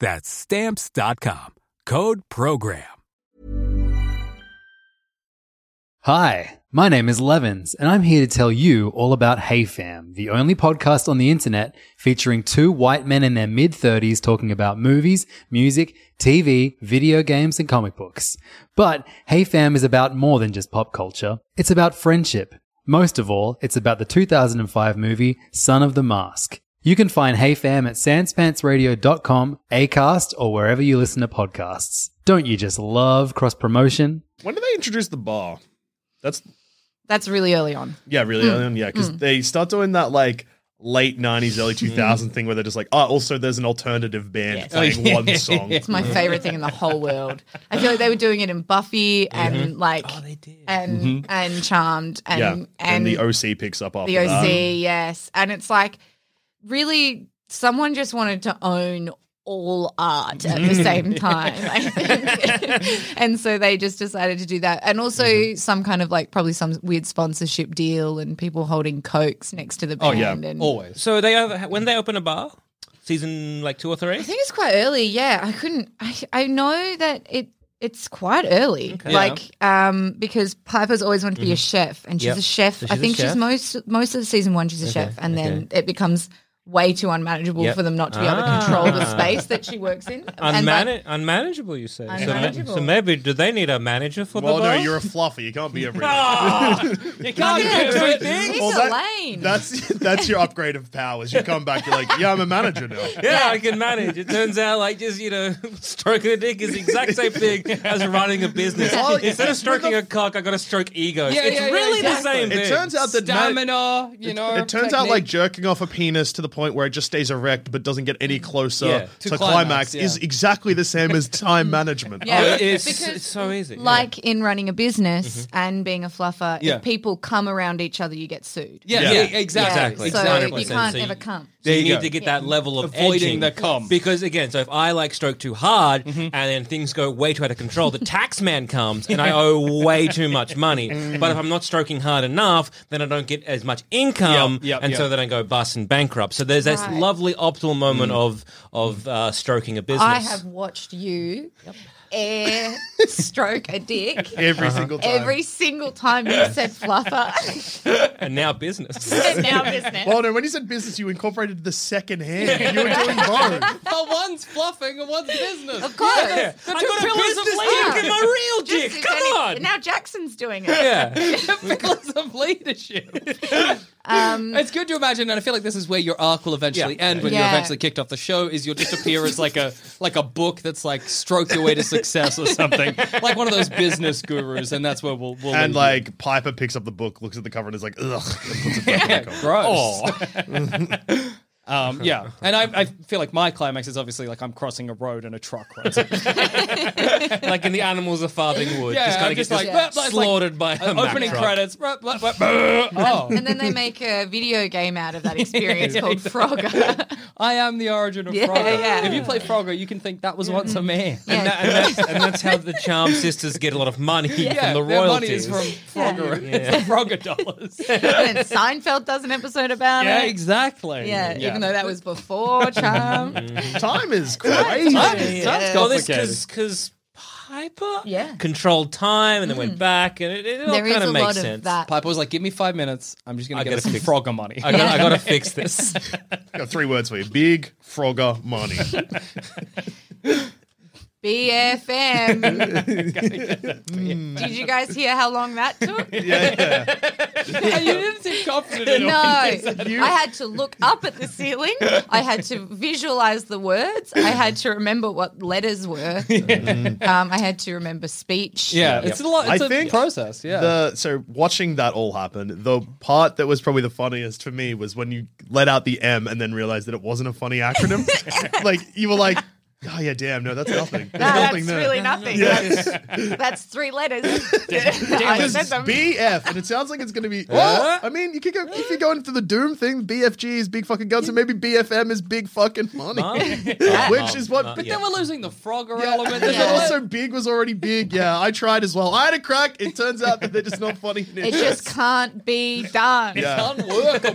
S14: That's stamps.com. Code program.
S15: Hi, my name is Levins, and I'm here to tell you all about HeyFam, the only podcast on the internet featuring two white men in their mid 30s talking about movies, music, TV, video games, and comic books. But HeyFam is about more than just pop culture, it's about friendship. Most of all, it's about the 2005 movie Son of the Mask. You can find HeyFam at sanspantsradio.com, Acast, or wherever you listen to podcasts. Don't you just love cross promotion?
S7: When did they introduce the bar? That's
S9: That's really early on.
S7: yeah, really
S9: Mm.
S7: early on. Yeah, because
S9: Mm.
S7: they start doing that like late '90s, early 2000 thing where they're just like, oh, also there's an alternative band playing
S9: Oh, yeah.
S7: one song.
S9: It's my favorite thing in the whole world. I feel like they were doing it in Buffy and
S7: Mhm.
S9: like and
S7: Mhm.
S9: and Charmed and
S7: yeah,
S9: and,
S7: and the OC picks up after
S9: the OC,
S7: that.
S9: yes. And it's like really someone just wanted to own all art at the same time. I think. and so they just decided to do that. And also
S7: Mm-hmm.
S9: some kind of like probably some weird sponsorship deal and people holding cokes next to the
S7: Oh,
S9: band and
S10: So they have, when they open a bar, season like two or three.
S9: I think it's quite early. Yeah, I couldn't. I, I know that it it's quite early.
S10: Okay.
S9: Like um, because Piper's always wanted to be a
S10: Mhm.
S9: chef, and she's
S10: Yep.
S9: a chef.
S10: So
S9: I
S10: she's a
S9: think
S10: chef?
S9: she's most most of season one she's a
S10: Okay,
S9: chef, and then
S10: okay.
S9: it becomes way too unmanageable
S10: Yep.
S9: for them not to be able to control the
S10: Ah.
S9: space that she works in. And, like,
S10: Unmana- unmanageable, you say. So ma- So,
S9: Unmanageable.
S10: maybe do they need a manager for
S7: Well,
S10: the
S7: no,
S10: bar?
S7: you're a fluffer. You can't be everything.
S10: you
S9: can't Yeah, do
S7: Well,
S9: everything. He's Elaine.
S7: That's that's your upgrade of powers. You come back, you're like, yeah, I'm a manager now.
S10: Yeah, I can manage. It turns out, like, just you know, stroking a dick is the exact same thing as running a business.
S7: Well,
S10: Instead of stroking a cock, I got to stroke egos.
S8: Yeah,
S10: it's
S8: yeah, yeah,
S10: really the
S8: exactly.
S10: same
S8: It
S10: thing.
S8: turns out that man- Stamina, you
S10: It-
S8: know,
S7: It turns out like jerking off a penis to the point where it just stays erect but doesn't get any closer
S10: Mm. Yeah,
S7: to,
S10: to
S7: climax,
S10: climax, yeah.
S7: is exactly the same as time management.
S9: Yeah,
S10: Oh, it is-
S9: because
S10: it's so easy. Mm-hmm.
S9: Like in running a business
S7: Mhm.
S9: and being a fluffer,
S10: Yeah.
S9: if people come around each other, you get sued.
S10: Yeah, yeah, exactly.
S9: So
S10: exactly.
S9: you can't ever come.
S10: So you need to get that level of
S8: Avoiding
S10: edging.
S8: the cum.
S10: Because again, so if I like stroke too hard and then things go way too out of control, the tax man comes and I owe way too much money. But if I'm not stroking hard enough, then I don't get as much income,
S8: Yep, yep,
S10: and so
S8: yep.
S10: then I go bust and bankrupt. So there's this
S9: Right.
S10: lovely optimal moment
S7: Mm.
S10: of of uh, stroking a business.
S9: I have watched you air stroke a dick
S10: Every Uh-huh. single time.
S9: Every single time you said fluffer.
S10: and now business.
S9: now business.
S7: Well, no, when you said business, you incorporated the second hand. You were doing both.
S8: but one's fluffing and one's business.
S9: Of course.
S8: Yeah. The
S9: I've
S8: two
S9: got a
S8: pillars of
S9: business
S8: leadership.
S9: dick and
S8: my real
S9: Just-
S8: dick. Come
S9: and it-
S8: on.
S9: Now Jackson's doing it.
S8: Yeah. pillars of leadership.
S9: Um, Um,
S8: it's good to imagine, and I feel like this is where your arc will eventually end when you're
S9: Yeah.
S8: eventually kicked off the show. Is you'll just appear as like a like a book that's like stroke your way to success or something, like one of those business gurus, and that's where we'll, we'll
S7: and
S8: leave you.
S7: like Piper picks up the book, looks at the cover, and is like, ugh. and puts it back
S8: yeah,
S7: in the cover.
S8: gross.
S7: Aw.
S8: um, yeah, and I, I feel like my climax is obviously like I'm crossing a road and a truck runs. like
S10: in the animals of Farthingwood,
S8: Yeah,
S10: just kind
S8: I'm
S10: of gets
S8: just like,
S10: just
S8: "Blah, blah," it's like
S10: slaughtered by a
S8: an
S10: Mack
S8: opening
S10: truck.
S8: credits. Blah, blah, blah, blah. Oh.
S9: And then they make a video game out of that experience
S8: Yeah,
S9: called
S8: exactly.
S9: Frogger.
S8: I am the origin of
S9: Yeah,
S8: Frogger.
S9: yeah. Mm-hmm.
S8: If you play Frogger, you can think that was once a man.
S10: And, that, and, that's, and that's how the Charm sisters get a lot of money
S8: Yeah,
S10: from the
S8: their money
S10: royalties.
S8: is from Frogger.
S10: Yeah.
S8: It's Frogger dollars.
S9: and then Seinfeld does an episode about
S8: yeah,
S9: it.
S8: exactly.
S9: Yeah, even though that was before Charm.
S7: Mm. Time is crazy.
S10: Time is-
S9: time's
S10: Well, this
S9: complicated.
S10: because Piper
S9: Yeah. Mm.
S10: controlled time and then went back, and it, it all
S9: There is
S10: kind
S9: a
S10: of makes
S9: lot of
S10: sense.
S9: that.
S8: Piper was like, "Give me five minutes. I'm just
S10: I
S8: gonna get
S10: gotta
S8: us some
S10: fix-
S8: Frogger money.
S10: I gotta- I gotta fix this."
S7: Got three words for you: big Frogger money.
S9: BFM. Did you guys hear how long that took?
S8: you didn't seem confident at
S9: No,
S8: all.
S9: I had to look up at the ceiling. I had to visualize the words. I had to remember what letters were. Um, I had to remember speech.
S7: I think The, so watching that all happen, the part that was probably the funniest for me was when you let out the M and then realized that it wasn't a funny acronym. like you were like, oh yeah, damn, no, that's nothing. There's
S9: Nah,
S7: nothing
S9: that's
S7: there.
S9: really nothing.
S7: Yes.
S9: That's, that's three letters. I
S7: Because
S9: said them.
S7: BF, and it sounds like it's going to be.
S9: Huh?
S7: Well, I mean, you could go if you're going for the Doom thing. BFG is big fucking guns, and maybe BFM is big fucking money, which is what.
S8: But then we're losing the Frogger element.
S7: And
S8: There's
S7: then
S8: a lot-
S7: also, big was already big. Yeah, I tried as well. I had a crack. It turns out that they're just not funny.
S9: It just can't be done.
S7: Yeah.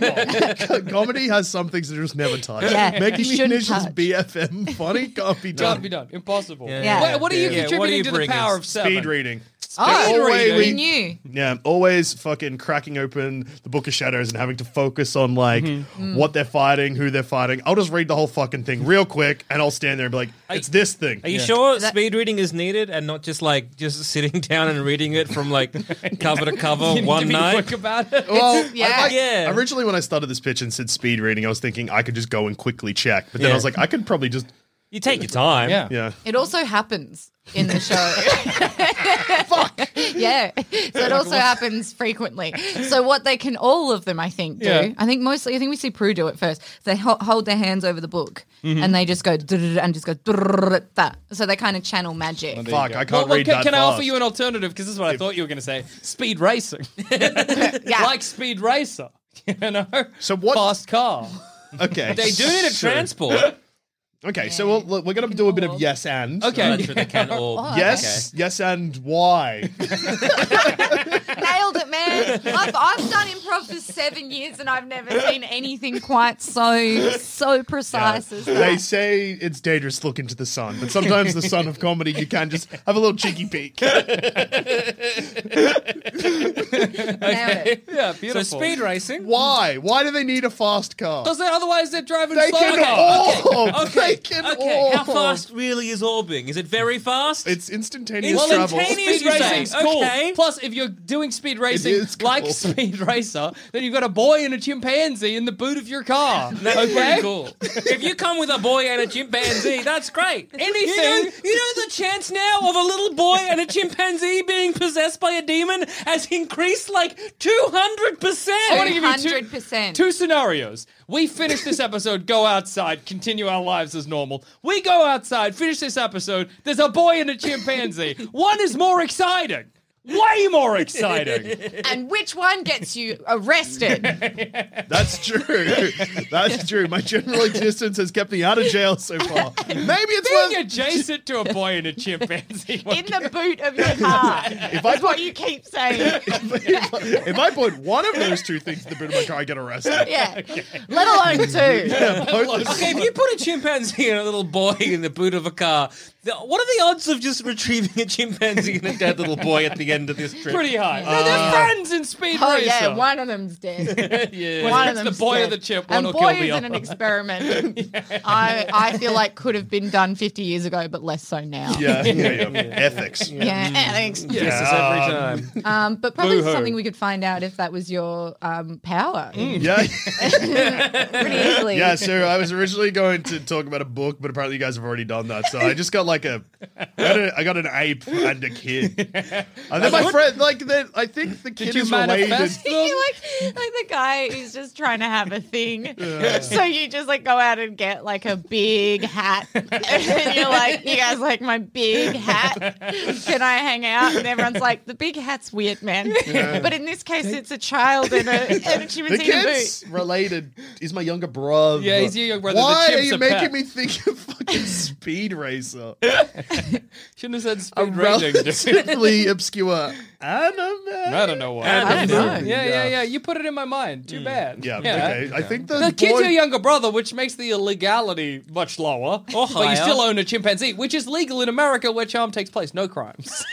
S7: comedy has some things that are just never touched.
S9: Yeah,
S7: Making
S9: you
S7: the
S9: shouldn't
S7: initials BFM funny can't be done.
S8: Can't be done. Impossible.
S7: Yeah.
S8: What- What, are you
S7: Yeah.
S8: contributing
S7: What are you
S8: to the
S7: bringing?
S8: power of seven?
S7: Speed reading.
S9: Oh,
S7: Speed
S9: we
S7: reading.
S9: knew.
S7: Yeah, I'm always fucking cracking open the Book of Shadows and having to focus on like
S10: Mm-hmm.
S7: what they're fighting, who they're fighting. I'll just read the whole fucking thing real quick, and I'll stand there and be like, "It's this thing."
S10: Are you sure speed reading is needed and not just like just sitting down and reading it from like cover to cover
S8: You need to
S10: one
S8: be
S10: night?
S8: quick about it.
S7: Well, I'd
S10: yeah.
S7: like-
S10: Yeah.
S7: Originally, when I started this pitch and said speed reading, I was thinking I could just go and quickly check, but then I
S10: Yeah.
S7: was like, I could probably just.
S10: You take your time.
S7: Yeah. Yeah.
S9: It also happens in the show. Fuck. Yeah. So it also happens frequently. So what they can all of them, I think, do.
S8: Yeah.
S9: I think mostly. I think we see Prue do it first. They ho- hold their hands over the book
S8: Mhm.
S9: and they just go "Drrrr," and just go "Drrrr," that. So they kind of channel magic.
S8: Well, well, can, Can I offer you an alternative? Because this is what I thought you were going to say: speed racing, like speed racer. You know,
S7: so what
S8: fast car?
S7: Okay,
S8: they do need a
S7: sure.
S8: transport.
S7: Okay, so we'll, look, we're gonna do a bit of yes and.
S8: Okay. Oh, that's what they can
S10: all-
S7: Yes, yes, and why?
S9: Nailed it, man. I've, I've done improv for seven years and I've never seen anything quite so so precise as that.
S7: They say it's dangerous to look into the sun, but sometimes the sun of comedy, you can just have a little cheeky peek.
S8: Okay. Yeah, beautiful.
S7: So speed
S8: racing.
S7: Why? Why do they need a fast car?
S8: Because otherwise they're driving
S7: They
S8: slow.
S7: can
S8: Okay,
S7: all-
S8: Okay.
S7: they
S8: okay,
S7: can
S8: okay.
S7: all-
S10: How fast really is Orbing? Is it very fast?
S7: It's instantaneous
S8: Well,
S10: Instantaneous
S8: Speed racing's
S10: racing.
S8: cool.
S10: Okay.
S8: Plus, if you're doing speed racing
S10: is
S8: like
S10: cool.
S8: Speed Racer, then you've got a boy and a chimpanzee in the boot of your car.
S10: That's
S8: okay?
S10: pretty cool. if you come with a boy and a chimpanzee, that's great.
S8: Anything-
S10: You know, you know the chance now of a little boy and a chimpanzee being possessed by a demon has increased like 200%.
S8: I want to give you two,
S9: 200%.
S8: two scenarios. We finish this episode, go outside, continue our lives as normal. We go outside, finish this episode. There's a boy and a chimpanzee. One is more exciting, way more exciting.
S9: And which one gets you arrested?
S7: That's true. That's true. My general existence has kept me out of jail so far. Maybe it's
S8: Being
S7: worth.
S8: adjacent to a boy and a chimpanzee.
S9: in the boot of your car.
S7: If I
S9: That's
S7: put-
S9: what you keep saying.
S7: if I put one of those two things in the boot of my car, I get arrested.
S9: Yeah. Let alone two.
S7: Yeah, both of them.
S10: okay, if you put a chimpanzee and a little boy in the boot of a car, The- What are the odds of just retrieving a chimpanzee and a dead little boy at the end of this trip?
S8: Pretty high.
S10: Uh,
S8: no, they're friends in Speed
S9: Oh
S8: Racer.
S9: yeah, one of them's dead.
S8: Yeah.
S9: one of
S8: It's the
S9: them's
S8: boy
S9: dead.
S8: or the chip,
S9: And
S8: one will
S9: boy
S8: kill the
S9: is in an
S8: other.
S9: experiment. I I feel like could have been done fifty years ago, but less so now.
S7: Yeah, yeah, yeah. Ethics.
S9: Yeah, ethics.
S8: Yes, every time.
S9: Um, but probably
S8: Boo-hoo.
S9: something we could find out if that was your um, power.
S7: Yeah.
S9: pretty easily.
S7: Yeah, so uh, I was originally going to talk about a book, but apparently you guys have already done that. So I just got like a, I got, a, I got an ape and a kid. And then my
S9: What?
S7: friend, like, then I think the kid is related.
S9: like, like the guy is just trying to have a thing. So you just like go out and get like a big hat. and you're like, you guys like my big hat? Can I hang out? And everyone's like, the big hat's weird, man.
S7: Yeah.
S9: But in this case, it's a child and a, and
S7: the
S9: a chimpanzee in a boot.
S7: kid's related. He's my younger brother.
S8: Yeah, he's your younger brother. The
S7: Why are
S8: chip's
S7: you
S8: a
S7: making
S8: pet.
S7: me think of fucking Speed Racer?
S8: Shouldn't have said Speed
S7: A
S8: Racer.
S7: relatively obscure anime.
S8: I don't know why.
S7: I don't know.
S8: Yeah, yeah,
S7: Yeah. Mm.
S8: yeah. You put it in my mind. Too bad.
S7: Yeah, okay. I think the
S8: the kid's
S7: boy-
S8: your younger brother, which makes the illegality much lower.
S10: Or
S8: But
S10: higher.
S8: you still own a chimpanzee, which is legal in America, where charm takes place, no crimes.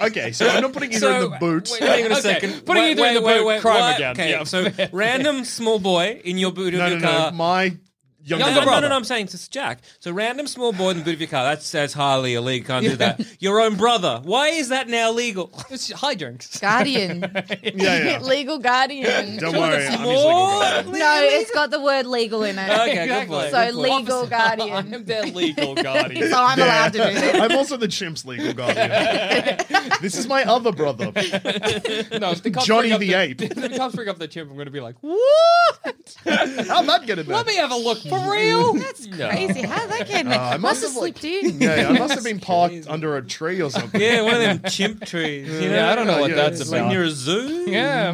S7: Okay, so I'm not putting either in the boot.
S10: Wait, hang on a
S8: Okay,
S10: second.
S8: putting
S10: Wait,
S8: it in
S10: wait,
S8: the
S10: wait,
S8: boot,
S10: wait,
S8: crime
S10: what?
S8: again.
S10: Okay,
S8: Yeah.
S10: so random small boy in your boot of
S7: No,
S10: your
S7: no, no.
S10: car.
S7: My younger
S10: no, no,
S7: brother.
S10: No, no, no, I'm saying it's Jack. So random small boy in the boot of your car. That's that's highly illegal. Can't do that. Your own brother. Why is that now legal?
S8: It's hijinks.
S9: Guardian.
S10: yeah.
S9: legal guardian.
S10: Don't Sure, worry, that's I'm his legal more guardian.
S9: No, it's got the word legal in it.
S10: Okay, good point,
S9: So
S10: good point.
S9: legal guardian.
S8: I'm their legal guardian.
S9: So I'm allowed to do that.
S7: I'm also the chimp's legal guardian. this is my other brother.
S8: No, if the cops
S7: Johnny
S8: bring up
S7: the ape.
S8: If the cops bring up the chimp, I'm going to be like,
S7: What? How'd that get in there?
S8: let me have a look for real. That's
S9: Crazy. How did that get in
S7: Uh,
S9: there?
S7: I must
S9: must
S7: have,
S9: have
S7: like-
S9: slipped in.
S7: Yeah, yeah, I must have been parked under a tree or something.
S10: Yeah, one of them chimp trees. You know?
S8: Yeah, I don't know what that's
S10: It's
S8: about.
S10: Like near a zoo.
S8: Yeah.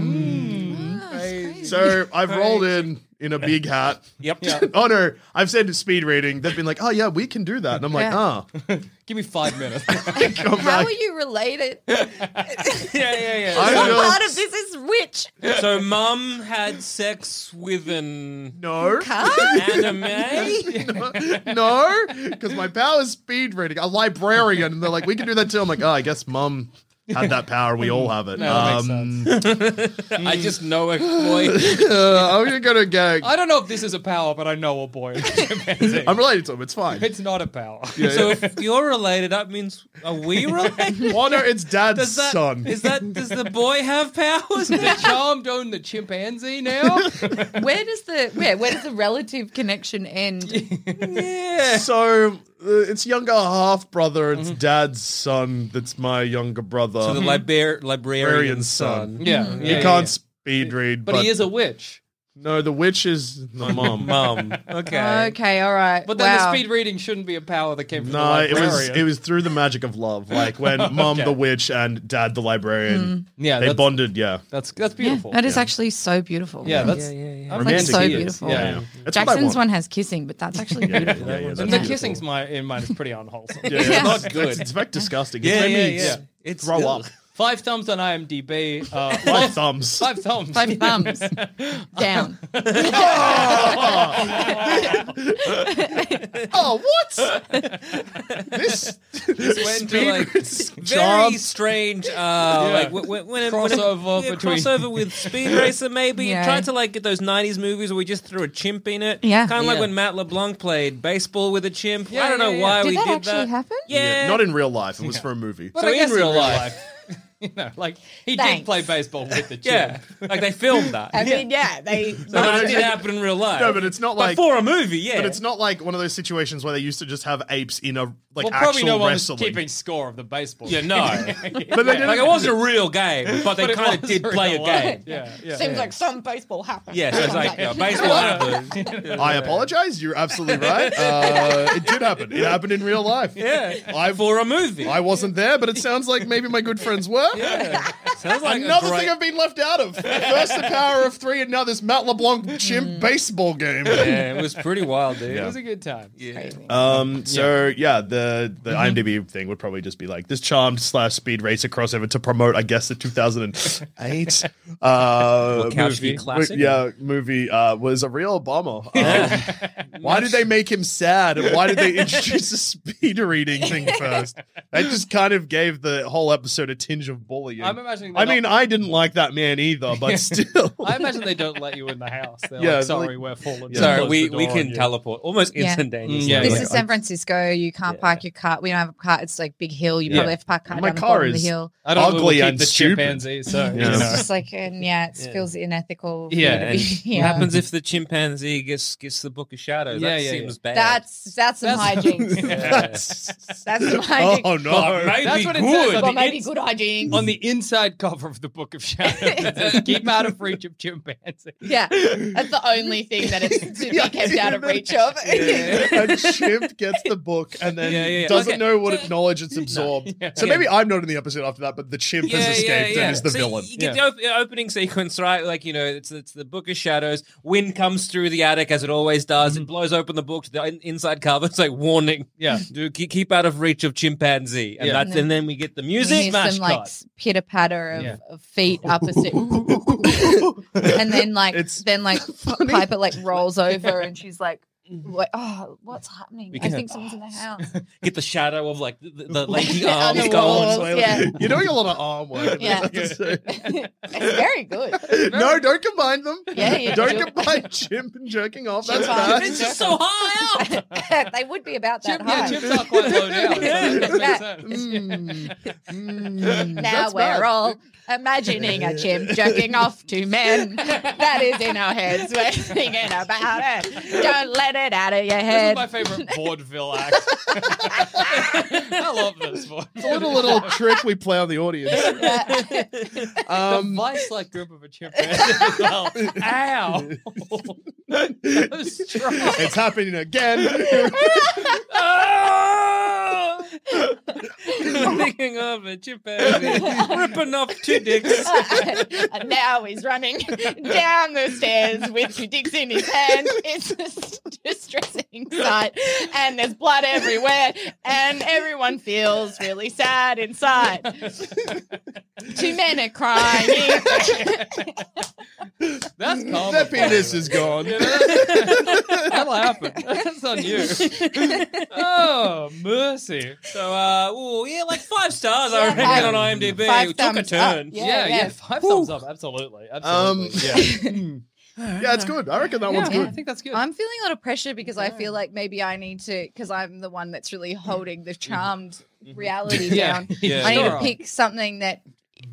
S7: So I've rolled in in a big hat.
S10: Yep.
S7: oh no, I've said speed reading. They've been like, oh yeah, we can do that, and I'm like, oh,
S9: Yeah.
S7: ah.
S8: Give me five minutes.
S7: Come
S9: How
S7: back.
S9: are you related?
S10: Yeah, yeah, yeah.
S7: I
S9: what
S7: don't know.
S9: part of this is which?
S10: So mum had sex with an
S7: No,
S10: anime?
S7: no, because my power is speed reading. A librarian, and they're like, we can do that too. I'm like, oh, I guess mum had that power. We all have it.
S8: No, that makes I just know a boy.
S7: Um, uh, I'm gonna go to gag.
S8: I don't know if this is a power, but I know a boy.
S7: I'm related to him. It's fine.
S8: it's not a power.
S7: Yeah,
S10: So
S7: yeah.
S10: if you're related, that means are we related?
S7: Oh no, it's dad's
S10: Does that
S7: son.
S10: is that does the boy have powers?
S8: Is the charmed own the chimpanzee now?
S9: Where does the where where does the relative connection end?
S10: yeah.
S7: So uh, it's younger half brother. It's
S8: Mm-hmm.
S7: dad's son. That's my younger brother.
S10: So the liber- librarian
S7: Librarian's
S10: son.
S7: son.
S8: Yeah,
S7: he
S8: yeah, yeah,
S7: can't speed read,
S8: But,
S7: but,
S8: he is a witch.
S7: no. The witch is the mom.
S10: Mum.
S8: Uh,
S10: Okay.
S9: Okay, all right.
S8: But then
S9: wow.
S8: the speed reading shouldn't be a power that came from the
S7: No, it
S8: librarian.
S7: was it was through the magic of love, like when mom the witch and dad the librarian,
S8: yeah,
S7: they
S8: that's,
S7: bonded. Yeah,
S8: that's that's beautiful.
S9: That is actually so beautiful.
S8: yeah, that's
S9: That's, like,
S7: romantic
S9: so
S7: it is.
S9: beautiful.
S7: Yeah, yeah. That's what I
S9: Jackson's
S7: want.
S9: one has kissing, but that's actually
S7: Yeah, yeah,
S9: beautiful.
S7: yeah, yeah, that's
S8: And the
S7: beautiful.
S8: kissing's my in mine is pretty unwholesome.
S7: Yeah, yeah. It's,
S9: Yeah.
S10: Not
S7: not
S10: good.
S7: good. It's, it's very disgusting.
S10: Yeah,
S7: it's made
S10: yeah,
S7: me
S10: yeah.
S7: s-
S10: It's
S7: throw
S10: still-
S7: up.
S8: Five thumbs on IMDb. Uh,
S7: My
S8: five,
S7: thumbs.
S8: five thumbs.
S9: Five thumbs down.
S7: Oh, what? this
S10: This went to like very
S7: Charmed.
S10: strange, uh, like when, when, when
S8: Crossover
S10: yeah,
S8: between-
S10: crossover with Speed Racer. Maybe
S9: Yeah.
S10: it tried to like get those '90s movies where we just threw a chimp in it.
S9: Yeah.
S10: kind of like
S8: Yeah.
S10: when Matt LeBlanc played baseball with a chimp. I don't
S8: yeah,
S10: know
S8: yeah.
S10: why
S9: Did
S10: we
S9: that
S10: did
S9: actually
S10: that.
S9: happen?
S10: Yeah,
S7: Not in real life. It was for a movie.
S8: But
S10: So
S8: I
S10: in
S8: guess
S10: real life.
S8: you know, like he
S9: Thanks.
S8: did play baseball with the chimp.
S10: yeah. like they filmed that.
S9: I mean, yeah, they.
S10: So that did happen in real life.
S7: No, but it's not like-
S10: for a movie. Yeah,
S7: But it's not like one of those situations where they used to just have apes in a like
S8: well, probably
S7: actual
S8: no one's
S7: wrestling.
S8: keeping score of the baseball.
S10: Yeah, no. like
S7: but they didn't.
S10: it wasn't a real game, but they
S8: But it
S10: kind of
S8: was
S10: did
S8: real
S10: play a
S8: life.
S10: game.
S8: Yeah, yeah.
S9: Seems like some baseball happened.
S10: Yes, it's like yeah, baseball happened.
S7: I apologize. You're absolutely right. Uh, it did happen. It happened in real life.
S10: Yeah, for a movie.
S7: I wasn't there, but it sounds like maybe my good friends were. her.
S10: Sounds like a
S7: another
S10: great-
S7: thing I've been left out of. First, the power of three, and now this Matt LeBlanc chimp
S10: Hmm.
S7: baseball game.
S10: Yeah, it was pretty wild, dude.
S8: It was a good time. Yeah.
S7: Um. So yeah, the the
S10: Mm-hmm.
S7: IMDb thing would probably just be like this charmed slash speed racer crossover to promote, I guess, the 2008 uh
S10: What couch
S7: movie.
S10: be classic?
S7: Yeah, movie uh, was a real bummer. Um, why did they make him sad? And why did they introduce a speed reading thing first? That just kind of gave the whole episode a tinge of bullying.
S8: I'm imagining
S7: I
S8: they're
S7: mean,
S8: not-
S7: I didn't like that man either, but still.
S8: I imagine they don't let you in the house. They're
S7: Yeah,
S8: like,
S7: it's
S8: sorry,
S7: like-
S8: we're falling.
S7: Yeah.
S10: Sorry,
S8: Close
S10: we,
S8: the
S10: we
S8: door
S10: can
S8: on you.
S10: teleport almost
S9: Yeah.
S10: instantaneously.
S8: Yeah.
S9: This
S10: Like,
S9: is San Francisco. You can't park your car. We don't have a car. It's like big hill. You
S10: Yeah.
S9: probably have to park a car
S7: My
S9: down
S7: car
S9: the bottom of
S7: is
S9: the hill.
S8: I don't know,
S7: Ugly
S8: we'll keep
S7: and
S8: the
S7: stupid.
S8: chimpanzee, so
S7: Oh, Yeah.
S8: you
S9: It's
S8: know.
S9: just like, and yeah, it feels inethical. for
S10: Yeah,
S9: you to
S10: and
S9: be-
S10: what happens if the chimpanzee gets gets the book of shadows?
S8: Yeah,
S10: that
S8: yeah,
S10: seems bad.
S9: That's that's some hijinks.
S10: That's-
S9: that's some hijinks.
S7: Oh, no.
S10: But maybe
S8: That's what it
S10: good.
S8: says on
S9: Well,
S8: the
S9: maybe
S8: ins-
S9: good hijinks.
S8: on the inside cover of the Book of Shadows. It says, Keep out of reach of chimpanzee.
S9: yeah, that's the only thing that it's to be kept out of reach of.
S7: a chimp gets the book and then
S8: Yeah, yeah, yeah.
S7: doesn't
S8: Okay.
S7: know what it- knowledge it's absorbed. So
S10: Yeah.
S7: maybe I'm not in the episode after that, but the chimp has escaped and is the
S10: So
S7: villain.
S10: You get the op- uh, opening sequence, right? Like you know, it's it's the book of shadows. Wind comes through the attic as it always does. It blows open the book to the in- inside cover. It's like warning.
S8: Mm-hmm. Yeah.
S10: do keep, keep out of reach of chimpanzee. And
S8: Yeah.
S10: that's and then we get the
S9: You
S10: music.
S9: hear
S10: Smash
S9: some like
S10: cut.
S9: pitter patter of,
S10: Yeah.
S9: of feet up a se- and then like then like P- Piper like rolls over and she's like,
S7: Mm.
S9: what, "Oh, what's happening?
S10: We
S9: I
S10: can-
S9: think someone's in the house."
S10: get the shadow of like the, the, the lanky
S9: Yeah, on
S10: arms
S9: the
S10: going.
S9: walls, yeah.
S7: You're doing a lot of arm work.
S9: Yeah. It's very good.
S7: no, don't combine them.
S9: Yeah, you
S7: don't
S9: do.
S7: combine chimp and jerking off.
S9: Chimp
S7: That's
S9: arm.
S7: bad.
S10: It's just so high up.
S9: they would be about that
S8: yeah,
S9: high.
S8: chimps are quite low down. So that does make
S9: Yeah.
S8: sense.
S9: now
S7: Mm. That's
S9: we're
S7: bad.
S9: all imagining a chimp jerking off to men. That is in our heads. We're thinking about it. Don't let it out of
S8: This
S9: your
S8: is
S9: head.
S8: my favorite vaudeville act. I love this one.
S7: It's a little little trick we play on the audience.
S8: the
S7: Um,
S8: vice like grip of a chimpanzee as well. Ow! that was strong.
S7: it's happening again.
S10: Oh! Thinking of a chimpanzee ripping off two dicks.
S9: and now he's running down the stairs with two dicks in his hand. It's a distressing sight, and there's blood everywhere, and everyone feels really sad inside. Two men are crying.
S8: That's calm.
S7: That penis is gone.
S8: You know, that'll happen. That's on you. Oh mercy!
S10: So, uh, ooh, yeah, like five stars,
S9: Yeah,
S10: I reckon, on
S9: five-
S10: IMDb.
S9: five
S10: it took a
S9: thumbs
S10: turn.
S9: up.
S8: Yeah,
S9: Yeah,
S8: yeah.
S9: yeah.
S8: Five thumbs up. Absolutely. Absolutely. yeah.
S7: Um, yeah, it's good. I reckon that one's
S8: Yeah, I
S7: good.
S8: think that's good.
S9: I'm feeling a lot of pressure because I feel like maybe I need to, because I'm the one that's really holding the charmed reality
S8: Mm-hmm. Yeah.
S9: down.
S10: Yeah.
S9: I need
S8: Sure.
S9: to pick something that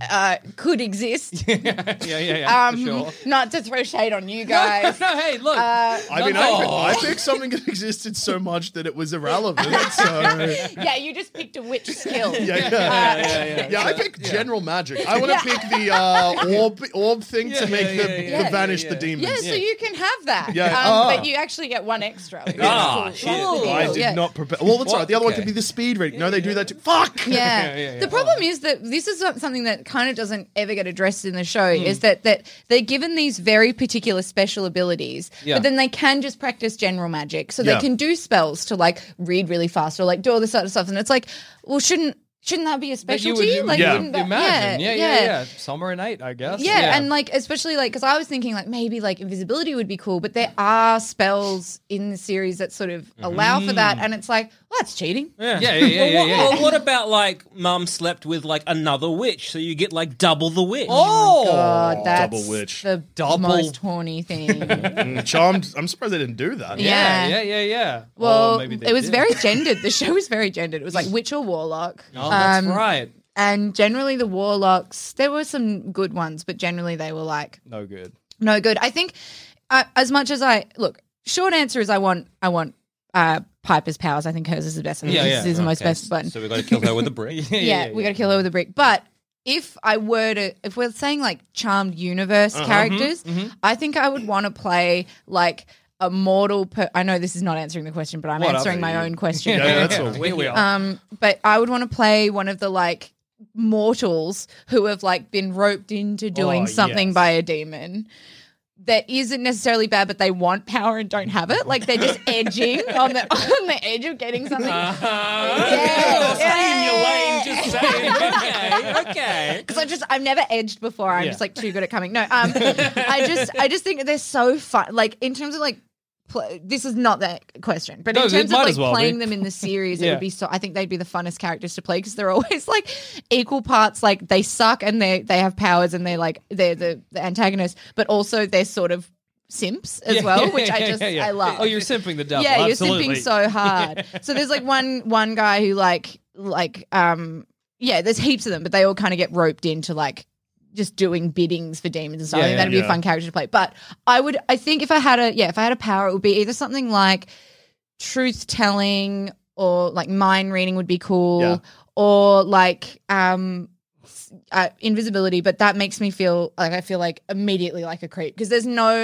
S9: uh, could exist.
S8: yeah, yeah, yeah.
S9: um,
S8: for sure.
S9: Not to throw shade on you guys.
S8: No, hey, look.
S9: Uh,
S7: I mean,
S8: No.
S7: I, I think something that existed so much that it was irrelevant. So.
S9: yeah, you just picked a witch skill.
S7: Yeah, yeah,
S9: Uh,
S7: yeah,
S8: yeah,
S7: I pick general magic. I want to pick the uh, orb orb thing
S8: Yeah,
S7: to make
S8: yeah,
S7: the,
S8: yeah,
S7: to
S9: yeah.
S7: vanish
S8: Yeah,
S7: the
S8: yeah.
S7: demons.
S9: Yeah, so you can have that.
S7: Yeah.
S9: Um,
S7: Ah.
S9: But you actually get one extra.
S10: Ah,
S9: That's
S10: shit.
S9: the deal,
S7: I did
S9: yeah.
S7: not prepare. Well, that's
S10: What?
S7: right. The other one
S10: Okay.
S7: could be the speed reading. No, they do that too. Fuck.
S9: yeah.
S8: Yeah, yeah, yeah.
S9: The problem is that this is some- something that kind of doesn't ever get addressed in the show is that that they're given these very particular special abilities,
S8: Yeah.
S9: but then they can just practice general magic, so
S7: Yeah.
S9: they can do spells to like read really fast or like do all this sort of stuff, and it's like, well, shouldn't shouldn't that be a
S8: But
S9: specialty?
S8: you would, you would
S9: like,
S7: Yeah.
S9: wouldn't that-
S8: imagine. Yeah, yeah, yeah. Summer and eight, I guess.
S9: yeah, and like especially like because I was thinking like maybe like invisibility would be cool, but there are spells in the series that sort of allow for that, and it's like well, that's cheating.
S10: Yeah,
S8: Mm-hmm. Yeah, yeah, yeah,
S10: Well,
S8: yeah,
S10: what,
S8: yeah.
S10: well, what about like mum slept with like another witch, so you get like double the witch?
S8: oh,
S9: God, that's
S7: double witch.
S9: the
S8: Double-
S9: most horny thing.
S7: Mm, Charmed. I'm surprised they didn't do that.
S8: yeah,
S9: Yeah.
S8: yeah, yeah, yeah.
S9: Well,
S8: Oh, maybe they
S9: it was
S8: did.
S9: very gendered. The show was very gendered. It was like witch or warlock.
S8: Oh, that's
S9: Um,
S8: right.
S9: And generally, the warlocks, there were some good ones, but generally, they were like
S8: No good.
S9: no good. I think uh, as much as I look, short answer is I want I want uh, Piper's powers. I think hers is the best. I think
S8: Yeah,
S9: this
S8: yeah.
S9: is the most
S10: Okay,
S9: best one.
S10: So we got to kill her with a brick.
S9: yeah, we got to kill her with a brick. But if I were to, if we're saying like charmed universe characters, I think I would want to play like a mortal. Per- I know this is not answering the question, but I'm
S8: What
S9: answering
S8: other
S9: my
S8: you-
S9: own question.
S7: Yeah, that's all.
S8: Here we are.
S9: Um, but I would want to play one of the like mortals who have like been roped into doing
S4: Oh,
S9: something
S4: yes.
S9: by a demon that isn't necessarily bad, but they want power and don't have it. Like they're just edging on the on the edge of getting something.
S10: okay.
S9: Because I just I've never edged before. I'm
S10: Yeah.
S9: just like too good at coming. No, um, I just I just think they're so fun. Like in terms of like. Pl- this is not that question, but
S4: No,
S9: in
S4: it
S9: terms of
S4: might
S9: like
S4: as well be.
S9: playing them in the series, it
S4: Yeah.
S9: would be so. I think they'd be the funnest characters to play because they're always like equal parts. Like they suck and they they have powers and they're like they're the, the antagonists, but also they're sort of simps as
S8: Yeah,
S9: well,
S8: yeah,
S9: which I
S8: yeah,
S9: just
S8: yeah, yeah.
S9: I love.
S8: Oh, you're simping the devil.
S9: Yeah,
S8: Absolutely.
S9: you're simping so hard. so there's like one one guy who like like um yeah, there's heaps of them, but they all kind of get roped into like just doing biddings for demons and stuff.
S4: Yeah,
S9: I think
S4: yeah,
S9: that'd be
S4: yeah.
S9: a fun character to play. But I would I think if I had a yeah, if I had a power, it would be either something like truth telling or like mind reading would be cool
S4: Yeah.
S9: or like um s- uh, invisibility but that makes me feel like i feel like immediately like a creep because there's no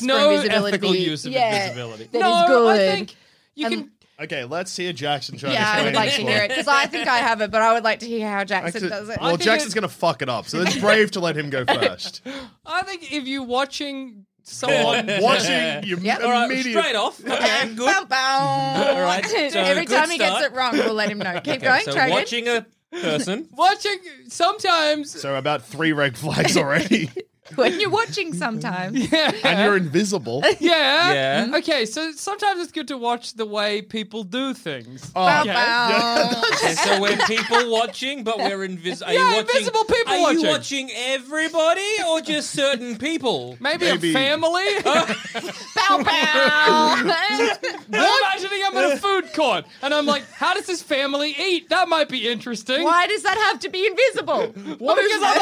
S8: There's
S9: for
S8: no
S9: invisibility
S8: ethical use of
S9: Yeah,
S8: invisibility.
S9: that is
S8: No, I
S9: good
S8: think you can
S7: Okay, let's hear Jackson try
S9: yeah,
S7: to
S9: I would like to
S7: explain
S9: hear it
S7: this
S9: because I think I have it, but I would like to hear how
S7: one.
S9: Jackson
S7: Actually-
S9: does it.
S7: well, Jackson's going to fuck it up, so it's brave to let him go first.
S8: I think if you're watching someone
S7: Watching, you
S9: Yep.
S10: All right,
S7: immediate-
S10: straight off. Okay, good. All right, so
S9: Every
S10: good
S9: time he
S10: start.
S9: gets it wrong, we'll let him know. Keep
S10: Okay,
S9: going,
S10: so
S9: Trogan.
S10: watching a person.
S8: watching sometimes
S7: So about three red flags already,
S9: when you're watching sometimes.
S7: and you're invisible.
S8: Yeah. Okay, so sometimes it's good to watch the way people do things.
S7: Oh,
S8: okay.
S10: Okay, so we're people watching, but we're invisible. Are you
S8: Yeah,
S10: watching,
S8: invisible people
S10: Are you
S8: watching.
S10: watching everybody or just certain people?
S8: Maybe, a family.
S9: Bow
S10: pow.
S8: I'm imagining I'm in a food court and I'm like, how does this family eat? That might be interesting.
S9: Why does that have to be invisible?
S8: Well,
S9: What is
S8: because
S9: that?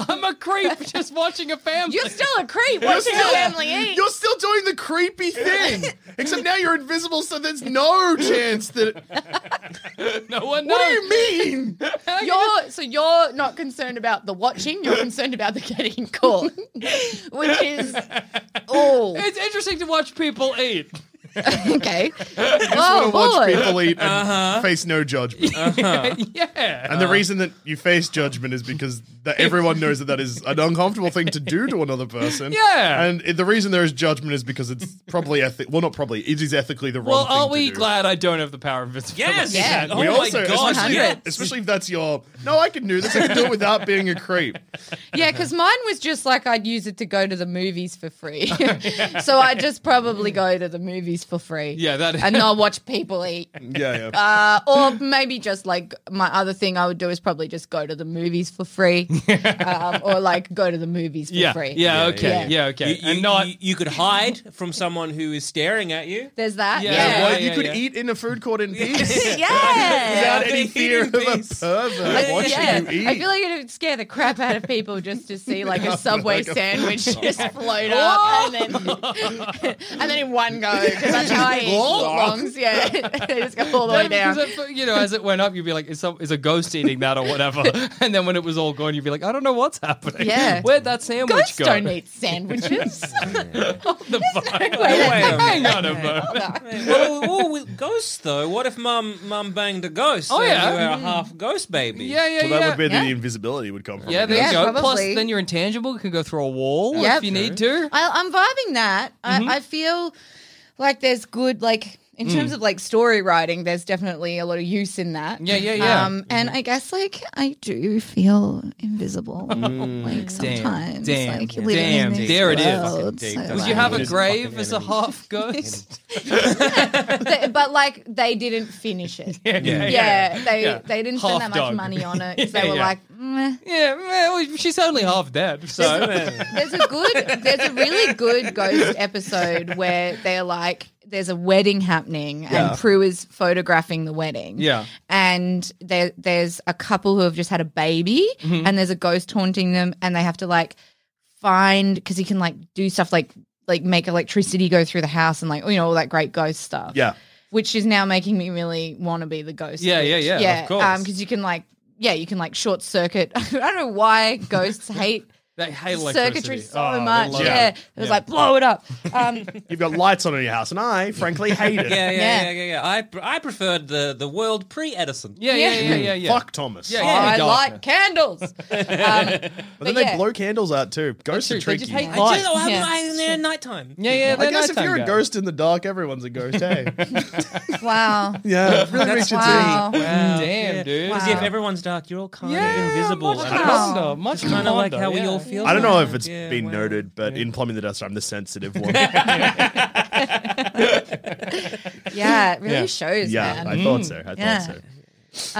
S8: otherwise I'm a creep just watching a family.
S9: You're still a creep
S7: You're still- You're still doing the creepy thing, except now you're invisible, so there's no chance that.
S8: no one
S9: knows.
S7: What do you mean?
S9: You're so you're not concerned about the watching. You're concerned about the getting caught, which is oh,
S8: It's interesting to watch people eat.
S9: okay.
S7: You just
S9: Oh
S7: want to
S9: boy.
S7: watch people eat and face no judgment.
S8: yeah.
S7: Uh-huh. And the reason that you face judgment is because that everyone knows that that is an uncomfortable thing to do to another person.
S8: Yeah.
S7: And it- the reason there is judgment is because it's probably ethic. Well, not probably. It is ethically the wrong
S8: Well,
S7: thing
S8: aren't
S7: to
S8: we
S7: do.
S8: glad I don't have the power of invisibility?
S10: Yes.
S7: Yeah.
S8: Oh
S7: we
S8: my
S7: also,
S8: God,
S7: especially,
S8: yes.
S7: especially if that's your. No, I can do this. I can do it without being a creep.
S9: Yeah, because mine was just like I'd use it to go to the movies for free. so I just probably go to the movies for free.
S8: Yeah, that-
S9: and not watch people eat.
S7: Yeah, yeah.
S9: Uh, or maybe just like my other thing I would do is probably just go to the movies for free, um, or like go to the movies for
S10: Yeah,
S9: free.
S8: Yeah, okay. Yeah, okay.
S10: You, you, you, you could hide from someone who is staring at you.
S9: There's that.
S10: Yeah,
S9: Yeah,
S10: yeah,
S7: Well, you
S10: yeah,
S7: could
S10: yeah.
S7: eat in a food court in peace.
S9: Yeah.
S7: Without
S10: Yeah,
S7: any
S10: the
S7: fear of
S10: eating
S7: a
S10: piece.
S7: pervert watching you eat.
S9: I feel like it would scare the crap out of people just to see like a subway
S7: Like a-
S9: sandwich just float up and then and then in one go because that's how I eat
S8: Whoa.
S9: longs. Yeah, They just go all the way
S8: Yeah,
S9: down.
S8: because it- you know, as it went up, you'd be like, is, some, is a ghost eating that or whatever? and then when it was all gone, you'd be like, I don't know what's happening.
S9: Yeah.
S8: Where'd that sandwich
S9: Ghosts
S8: go?
S9: don't eat sandwiches.
S8: Hang on a moment.
S10: well, well, with ghosts though, what if mum mum banged a ghost?
S8: Oh,
S10: and
S8: yeah.
S10: you were a half ghost baby.
S8: Yeah, yeah,
S7: well, that
S8: yeah.
S7: would be
S8: yeah.
S7: the invisibility would come from.
S8: Yeah,
S7: it,
S8: there
S7: yes.
S8: you go. Plus,
S9: probably.
S8: then you're intangible. You can go through a wall
S9: Yep.
S8: if you need to. Mm-hmm.
S9: I, I'm vibing that. I, I feel like there's good, like in terms
S8: Mm.
S9: of like story writing, there's definitely a lot of use in that.
S8: Yeah, yeah, yeah.
S9: Um, and I guess like I do feel invisible, like sometimes,
S8: Mm. damn,
S9: like
S8: damn,
S9: living in this
S8: there it
S9: world,
S8: is.
S9: so,
S8: Would you have a
S9: like-
S8: grave as a half ghost?
S9: They- but like they didn't finish it. Yeah,
S8: yeah,
S9: they
S8: yeah.
S9: they didn't spend
S8: Half
S9: that much
S8: dog.
S9: money on it. 'cause
S8: Yeah,
S9: they were
S8: yeah.
S9: like, Meh.
S8: Yeah, well, she's only half dead, so
S9: There's a good, there's a really good ghost episode where they're like, there's a wedding happening
S8: Yeah.
S9: and Prue is photographing the wedding.
S8: yeah.
S9: And there, there's a couple who have just had a baby
S8: Mhm.
S9: and there's a ghost haunting them and they have to like find, because he can like do stuff like, like make electricity go through the house and like, you know, all that great ghost stuff.
S7: Yeah.
S9: Which is now making me really want to be the ghost.
S8: Yeah,
S9: witch.
S8: yeah, yeah, of
S9: Yeah. um,
S8: course.
S9: Because you can like, yeah, you can like short circuit. I don't know why ghosts hate
S8: They hate
S9: circuitry
S8: electricity
S9: so
S8: Oh, they
S9: much.
S8: love
S9: Yeah. It was like, blow it up. Um,
S7: You've got lights on in your house, and I frankly hate it.
S10: Yeah, yeah, yeah, yeah, yeah. I pr- I preferred the the world pre Edison.
S8: Yeah, yeah, yeah, yeah, yeah.
S7: Fuck Thomas.
S10: Yeah,
S9: oh, I
S7: Fuck.
S9: like candles. Um, but
S7: But then
S9: yeah.
S7: they blow candles out too. Ghosts are
S9: They
S7: tricky.
S9: just hate
S10: I
S9: light.
S10: just, oh, I'm
S9: Yeah.
S10: lying there at nighttime.
S8: Yeah, yeah.
S7: I
S8: they're
S7: guess if
S8: nighttime
S7: you're a
S8: guys.
S7: ghost in the dark, everyone's a ghost. Hey,
S9: Wow.
S7: yeah, really
S9: That's
S7: reach your
S9: wow.
S7: teeth.
S8: Wow. Damn, dude.
S10: Because if everyone's dark, you're all kind of invisible.
S8: much
S10: and
S8: calmer,
S10: it's-
S8: much
S10: it's kind of like
S8: calmer,
S10: how we
S8: yeah.
S10: all feel.
S7: I don't know if
S10: sometimes.
S7: it's
S10: Yeah,
S7: been
S10: wow.
S7: noted, but in plumbing the dust, I'm the sensitive one.
S9: Yeah, it really
S7: Yeah.
S9: shows.
S7: Yeah,
S9: man.
S7: I thought so. I thought so.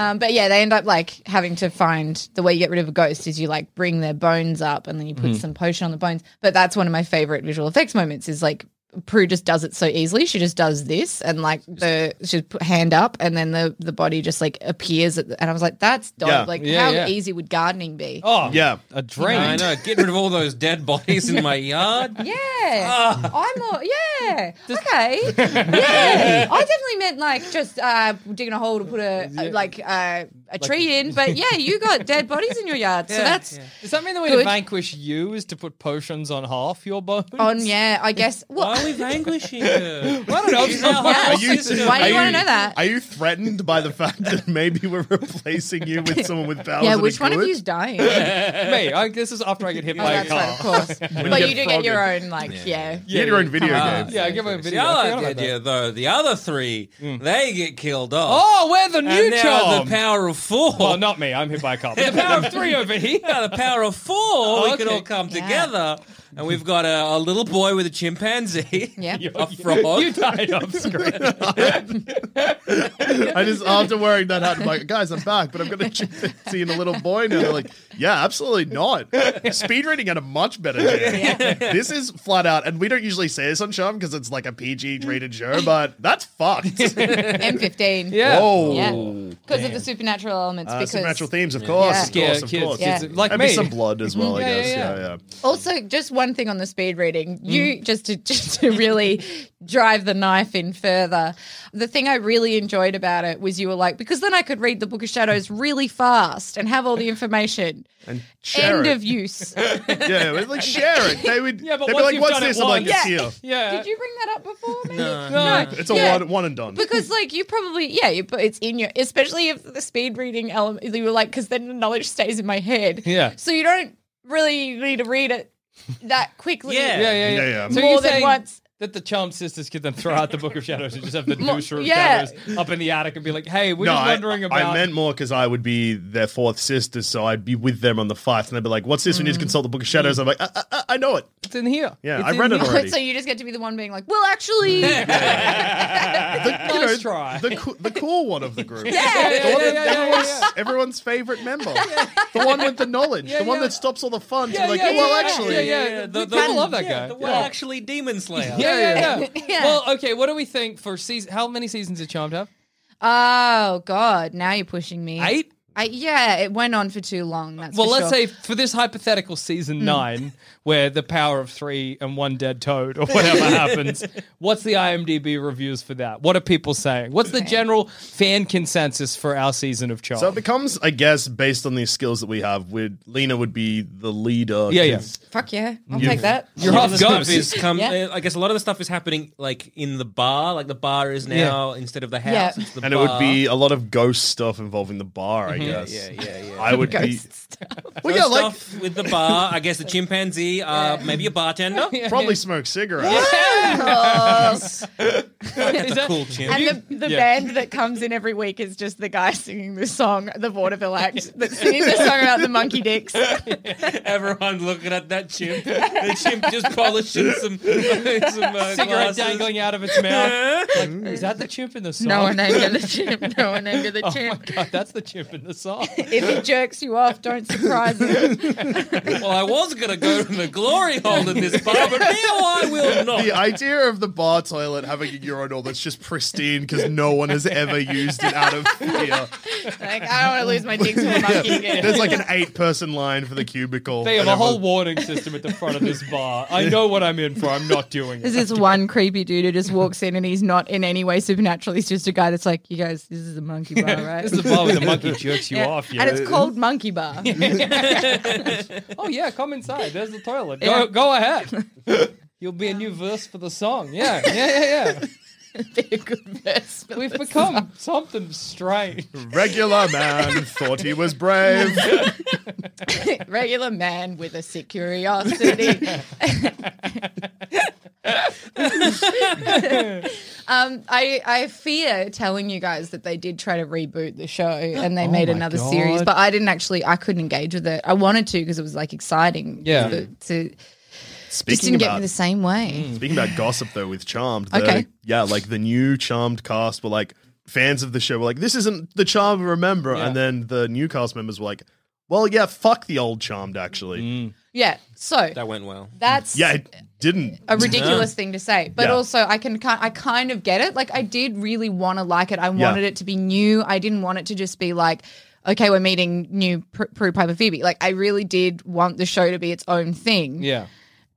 S9: Um, but yeah, they end up like having to find the way you get rid of a ghost is you like bring their bones up and then you put
S8: Mhm.
S9: some potion on the bones. But that's one of my favorite visual effects moments is like Prue just does it so easily. She just does this and like the she put hand up and then the the body just like appears. At the, and I was like, that's dope.
S10: Yeah.
S9: Like,
S10: Yeah,
S9: how
S10: yeah.
S9: easy would gardening be?
S8: Oh,
S7: yeah.
S8: A drain.
S10: I know. Get rid of all those dead bodies in my yard.
S9: Yeah,
S8: Ah.
S9: I'm more. Yeah, okay. Yeah, I definitely meant like just uh, digging a hole to put a, a- like uh, a tree in. But yeah, you got dead bodies in your yard, so
S8: Yeah,
S9: that's
S8: Does that mean the way to
S9: Good.
S8: vanquish you is to put potions on half your bones?
S9: on. Yeah, I guess.
S10: Why
S9: Well,
S10: are we vanquishing her?
S8: I don't know.
S10: She's our whole
S7: Are you-
S10: system.
S9: Why do you
S7: are
S9: wanna know that?
S7: Are you threatened by the fact that maybe we're replacing you with someone with powers?
S9: yeah,
S7: that are
S9: which one of
S7: good?
S9: you's dying?
S8: Me. I, this is after I get hit
S9: Oh,
S8: by a
S9: that's
S8: car.
S9: right, of course.
S7: When
S9: but
S7: you
S9: you do
S7: get
S9: get your
S7: frogged.
S9: own, like, yeah.
S7: You had your own video
S8: Ah,
S7: game.
S8: yeah, I give my
S10: The
S8: video. I forgot
S10: other
S8: about that.
S10: idea, though, the other three, they get killed off.
S8: Oh, we're the new
S10: and now
S8: job.
S10: the power of four.
S8: well, not me. I'm hit by a car. But the power of three over here.
S10: Yeah, the power of four. we can
S8: okay.
S10: all come together, and we've got a, a little boy with a chimpanzee,
S9: Yeah.
S10: a frog.
S8: You died off screen.
S7: I just after wearing that hat, I'm like, guys, I'm back, but I've got a chimpanzee and a little boy now. They're like, yeah, absolutely not. Speed reading had a much better day. This is flat out, and we don't usually say this on Charm because it's like a PG rated show, but that's fucked.
S9: M15.
S8: Yeah.
S7: Whoa.
S9: Yeah. Because of the supernatural elements.
S7: Uh,
S9: because
S7: supernatural themes, of course, of
S8: Scare
S7: course, of
S8: kids,
S7: course.
S8: kids, Yeah. like
S7: and
S8: me.
S7: be some blood as well, I
S8: Yeah, yeah,
S7: guess.
S8: yeah.
S7: Yeah, yeah.
S9: Also, just one thing on the speed reading. You just to just to really drive the knife in further. The thing I really enjoyed about it was you were like, because then I could read the Book of Shadows really fast and have all the information.
S7: And share
S9: End
S7: it.
S9: of use.
S7: yeah, we'd like share it. They would.
S8: Yeah, but
S7: they'd be
S8: once
S7: like,
S8: you've
S7: "What's
S8: done it
S7: this?" I'm like,
S8: once-
S7: "It's
S9: Yeah.
S7: here."
S8: yeah.
S9: Did you bring that up before? Maybe?
S10: No.
S8: No.
S7: It's a
S9: Yeah.
S7: one, one and done.
S9: Because like you probably yeah you, but it's in your especially if the speed reading element you were like because then the knowledge stays in my head
S8: Yeah.
S9: so you don't really need to read it that quickly
S10: Yeah.
S8: Yeah, yeah, yeah.
S7: Yeah, yeah.
S8: So
S9: More
S8: you're
S9: than
S8: saying
S9: once.
S8: that the Charm Sisters could then throw out the Book of Shadows and just have the
S9: Mo-
S8: doucher of
S9: yeah.
S8: shadows up in the attic and be like, "Hey, we're
S7: no,
S8: just
S7: I,
S8: wondering about."
S7: I meant more because I would be their fourth sister, so I'd be with them on the fight, and they'd be like, "What's this? We need to consult the Book of Shadows." I'm like, "I, I- I, I know it.
S8: it's in here.
S7: Yeah,
S8: It's
S7: I
S8: in
S7: read it
S8: here.
S7: already."
S9: so you just get to be the one being like well actually
S7: The, you
S8: Nice
S7: know,
S8: try.
S7: The, coo- the cool one of the group.
S9: Yeah,
S7: The one
S8: yeah,
S7: that
S8: yeah, yeah,
S7: everyone's,
S8: yeah.
S7: everyone's favorite member. The one with the knowledge. the one
S8: yeah.
S7: that stops all the fun.
S8: Yeah,
S7: Yeah, like,
S8: yeah,
S7: "Oh, well,
S8: yeah,
S7: actually,
S8: yeah, yeah.
S10: The,
S8: We
S10: the,
S8: kinda love that
S10: yeah,
S8: guy.
S10: The one
S8: Yeah.
S10: actually demon slayer.
S8: Yeah, yeah, yeah.
S9: Yeah.
S8: Well, okay. What do we think for season? How many seasons did Charmed have?
S9: oh god now you're pushing me
S8: Eight.
S9: I, yeah it went on for too long that's
S8: Well,
S9: for
S8: let's
S9: sure. Hmm.
S8: say for this hypothetical season nine, where the power of three and one dead toad or whatever happens, what's the IMDb reviews for that? What are people saying? What's the general fan consensus for our season of Charmed?
S7: So it becomes, I guess, based on the skills that we have, would Lena would be the leader.
S8: Yeah, yeah.
S7: 'cause-
S9: fuck yeah I'll
S7: You've-
S9: take that
S8: You're
S10: a lot
S8: half
S10: of the
S8: ghost.
S10: stuff is come.
S9: Yeah.
S10: uh, I guess a lot of the stuff is happening like in the bar. Like the bar is now instead of the house.
S9: Yeah.
S10: It's the
S7: And it would
S10: bar. Mm-hmm.
S7: be a lot of ghost stuff involving the bar, I guess.
S10: yeah, yeah, yeah.
S7: I would be.
S9: Ghosts.
S7: Well,
S10: Ghost
S7: yeah, like
S10: stuff with the bar. I guess the chimpanzee, uh, maybe a bartender.
S7: probably smoke cigarettes.
S10: That's a cool chimp.
S9: And the, the
S8: Yeah.
S9: band that comes in every week is just the guy singing the song, the vaudeville act, that's singing the song about the monkey dicks.
S10: Everyone's looking at that chimp. The chimp just polishing some, some uh,
S8: cigarette
S10: glasses.
S8: dangling out of its mouth. Like, is that the chimp in the song?
S9: No one anger the chimp. No one anger the
S8: Oh my
S9: chimp.
S8: god, that's the chimp in the song.
S9: If he jerks you off, don't surprise him.
S10: Well, I was gonna go to the glory hole in this bar, but now I will not.
S7: The idea of the bar toilet having a urinal that's just pristine because no one has ever used it out of fear.
S9: Like, I don't want to lose my dick to a
S7: Yeah,
S9: monkey again.
S7: There's like an eight person line for the cubicle.
S8: They have
S7: And
S8: a whole
S7: everyone-
S8: warning system at the front of this bar. I know what I'm in for. I'm not doing
S9: There's
S8: it.
S9: this one creepy dude who just walks in and he's not in any way supernatural. He's just a guy that's like, you guys, this is a monkey bar, right?
S8: This is the bar where the monkey jerks you off.
S9: And it's called Monkey Bar.
S8: Oh yeah, come inside. There's the toilet. Go,
S9: Yeah.
S8: go ahead. You'll be a new verse for the song. Yeah, yeah, yeah, yeah. We've become something strange.
S7: Regular man thought he was brave.
S9: Regular man with a sick curiosity. um, I I fear telling you guys that they did try to reboot the show and they
S8: Oh
S9: made
S8: my
S9: another
S8: God.
S9: series, but I didn't actually. I couldn't engage with it. I wanted to because it was like exciting.
S7: Yeah.
S9: To, to just
S7: Speaking
S9: didn't get
S7: about- Mm,
S9: me the same way.
S7: Speaking about gossip though with Charmed, the,
S9: Okay.
S7: yeah, like the new Charmed cast were like fans of the show were like, this isn't the Charm we remember, and then the new cast members were like, well, yeah, fuck the old Charmed actually.
S9: Yeah. So
S10: That went well.
S9: that's
S7: Yeah, it didn't.
S9: a ridiculous thing to say, but
S7: Yeah.
S9: also I can ki- I kind of get it. Like I did really want to like it. I
S7: Yeah.
S9: wanted it to be new. I didn't want it to just be like, okay, we're meeting new Pr- Prue Piper Phoebe. Like I really did want the show to be its own thing.
S8: Yeah.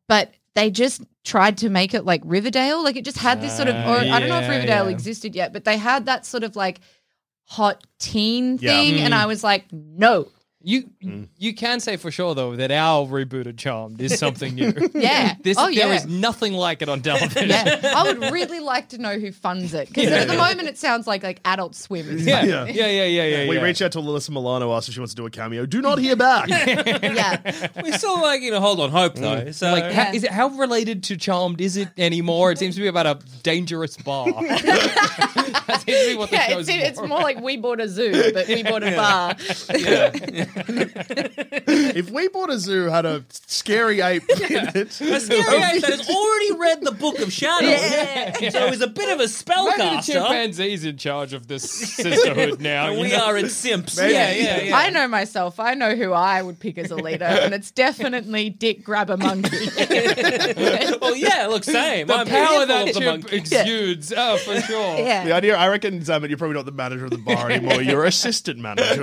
S9: But they just tried to make it like Riverdale. Like it just had this sort of.
S8: Ah,
S9: Or, I don't know if
S8: yeah,
S9: Riverdale
S8: yeah.
S9: existed yet, but they had that sort of like hot teen
S8: Yeah.
S9: thing, and
S8: Mm.
S9: I was like, no.
S8: You
S10: Mm.
S8: you can say for sure though that our rebooted Charmed is something new.
S9: Yeah.
S8: This
S9: Oh,
S8: there
S9: yeah.
S8: is nothing like it on television.
S9: Yeah, I would really like to know who funds it because at the moment it sounds like like Adult Swim. is funding it.
S8: yeah, yeah,
S7: We
S10: yeah.
S7: reached out to Alyssa Milano, asked if she wants to do a cameo. Do not hear back.
S10: We're still like, you know, hold on hope though. So
S8: Mm. Like, how, is it how related to Charmed is it anymore? It seems to be about a dangerous bar. that seems to be what the
S9: Yeah,
S8: show's
S9: it's, it's
S8: more
S9: more like we bought a zoo, but we bought a bar.
S7: if We Bought a Zoo had a scary ape in it.
S10: A scary ape that has already read the Book of Shadows,
S8: Yeah.
S10: so is a bit of a
S8: Maybe the
S10: spellcaster.
S8: chimpanzee's in charge of this sisterhood now.
S10: And
S8: you
S10: we
S8: know?
S10: are at Simps.
S8: Yeah, yeah, yeah.
S9: I know myself. I know who I would pick as a leader, and it's definitely Dick Grab a Monkey.
S10: well, yeah, look, same.
S8: The
S10: I'm
S8: power
S10: beautiful
S8: that
S10: of the
S8: chimp
S10: monkey.
S8: exudes, oh, for sure.
S7: The idea, I reckon, Sam, you're probably not the manager of the bar anymore. You're assistant manager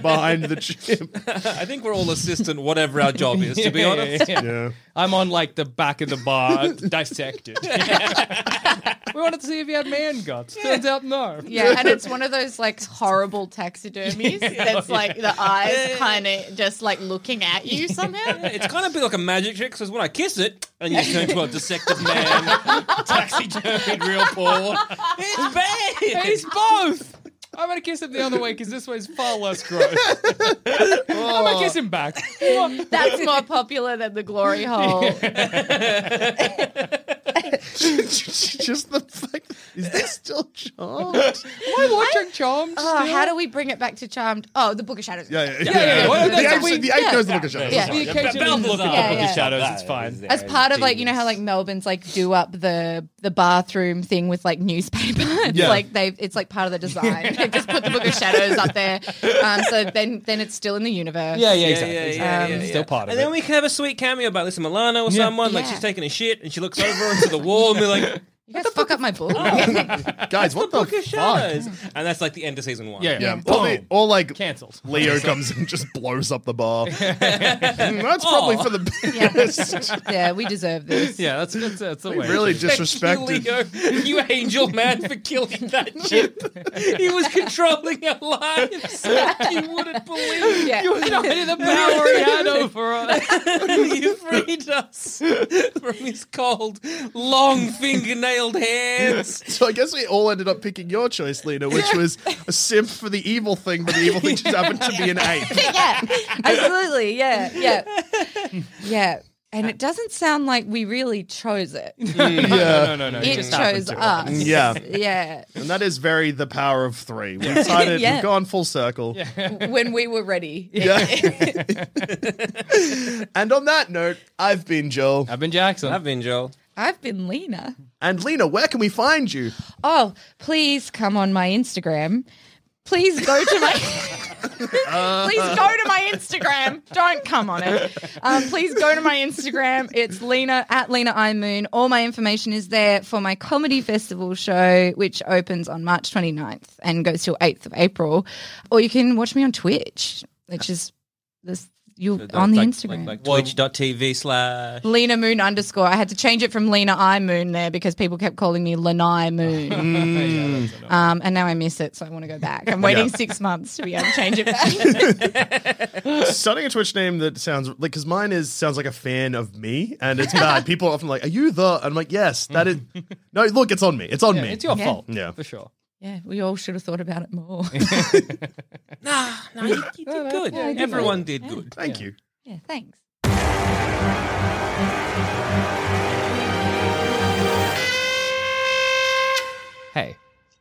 S7: behind the chimp.
S10: I think we're all assistant, whatever our job is, to be
S8: Yeah,
S10: honest.
S8: yeah, yeah. I'm on like the back of the bar, dissected. we wanted to see if you had man guts. Turns out no.
S9: Yeah, and it's one of those like horrible taxidermies that's like the eyes kind of just like looking at you somehow.
S10: It's kind of a bit like a magic trick because when I kiss it, and you turn to a dissected man, taxidermied real poor. It's bad.
S8: It's both. I'm gonna kiss him the other way because this way's far less gross.
S7: Oh.
S8: I'm gonna kiss him back.
S9: That's more popular than the glory hole.
S7: Just the fact, is this still charmed?
S8: Am I watching Charmed?
S9: Oh,
S8: still?
S9: how do we bring it back to Charmed? Oh, the Book of Shadows.
S7: Yeah, yeah,
S8: Yeah, yeah, yeah. Well, that's
S7: The ape-
S8: what we-
S7: the ape
S9: yeah.
S7: knows the look of shadows.
S9: Yeah.
S7: It's fine.
S9: The
S8: Occasionally
S10: Bell's
S8: look at the
S9: Yeah,
S8: Book
S9: yeah.
S8: of Shadows. It's fine.
S9: As part of like you know how like Melbourne's like do up the the bathroom thing with like newspaper. It's
S8: Yeah.
S9: like they it's like part of the design. they just put the Book of Shadows up there. Um, so then then it's still in the universe.
S8: Yeah, yeah, exactly.
S10: yeah,
S8: exactly.
S10: yeah, yeah,
S8: Still part of
S10: And
S8: it.
S10: then we can have a sweet cameo about Lisa Milano or
S8: Yeah.
S10: someone. Like
S9: Yeah.
S10: she's taking a shit and she looks over into the wall and we're like,
S9: You guys fuck up my book.
S7: Guys, what the,
S10: Book of Shadows. And that's like the end of season one.
S8: Yeah, yeah.
S7: Yeah, probably, or like
S8: Cancelled.
S7: Leo comes and just blows up the bar. Mm, that's probably for the best.
S9: yeah, we deserve this.
S8: Yeah, that's that's, that's the
S7: We
S8: way.
S7: really
S10: Thank you,
S7: disrespected.
S10: Leo, you angel man for killing that chip. he was controlling our lives. You wouldn't believe.
S9: Yeah.
S8: You know the power he had over us.
S10: you freed us from his cold, long fingernailed hands.
S7: So I guess we all ended up picking your choice, Lena, which was a simp for the evil thing, but the evil thing just happened to be an ape.
S9: yeah, absolutely. Yeah, yeah, yeah. And it doesn't sound like we really chose it.
S8: No, no, no, no.
S9: it
S8: just happened
S9: chose
S8: to
S9: us.
S7: Yeah.
S9: yeah.
S7: And that is very the power of three. We decided
S9: Yeah.
S7: we've gone full circle.
S9: When we were ready.
S7: Yeah. and on that note, I've been Joel.
S8: I've been Jackson.
S10: I've been Joel.
S9: I've been Lena.
S7: And Lena, where can we find you?
S9: Oh, please come on my Instagram. Please go to my please go to my Instagram. Don't come on it. Um, please go to my Instagram. It's Lena at Lena IMoon. All my information is there for my comedy festival show, which opens on March 29th and goes till 8th of April. Or you can watch me on Twitch, which is this you
S10: Like-
S9: on the
S10: like-
S9: Instagram.
S10: Like, like twitch.tv slash.
S9: Lena Moon underscore. I had to change it from Lena I Moon there because people kept calling me Lanai Moon. um, and now I miss it, so I want to go back. I'm waiting
S7: Yeah.
S9: six months to be able to change it back.
S7: Starting a Twitch name that sounds like because mine is sounds like a fan of me, and it's bad. People are often like, "Are you the?" I'm like, "Yes, that is." No, look, it's on me. It's on
S9: Yeah,
S7: me.
S9: it's your Yeah. fault,
S7: Yeah,
S8: for sure.
S9: yeah, we all should have thought about it more.
S10: nah, nah, you, you did Oh, good.
S9: yeah, I did
S10: Everyone
S9: good.
S10: did
S9: Yeah.
S10: good.
S7: Thank you.
S9: yeah, thanks.
S16: Hey,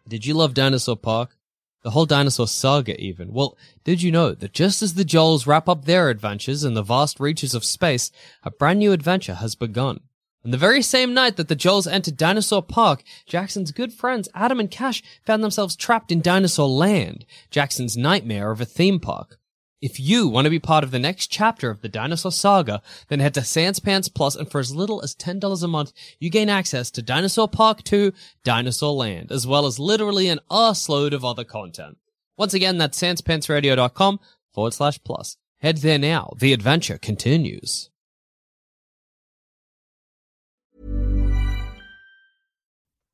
S16: did you love Dinosaur Park? The whole dinosaur saga, even. Well, did you know that just as the Joels wrap up their adventures in the vast reaches of space, a brand new adventure has begun? And the very same night that the Joels entered Dinosaur Park, Jackson's good friends Adam and Cash found themselves trapped in Dinosaur Land, Jackson's nightmare of a theme park. If you want to be part of the next chapter of the Dinosaur Saga, then head to Sanspants Plus, and for as little as $10 a month, you gain access to Dinosaur Park 2, Dinosaur Land, as well as literally an arseload of other content. Once again, that's sanspantsradio.com forward slash plus. Head there now. The adventure continues.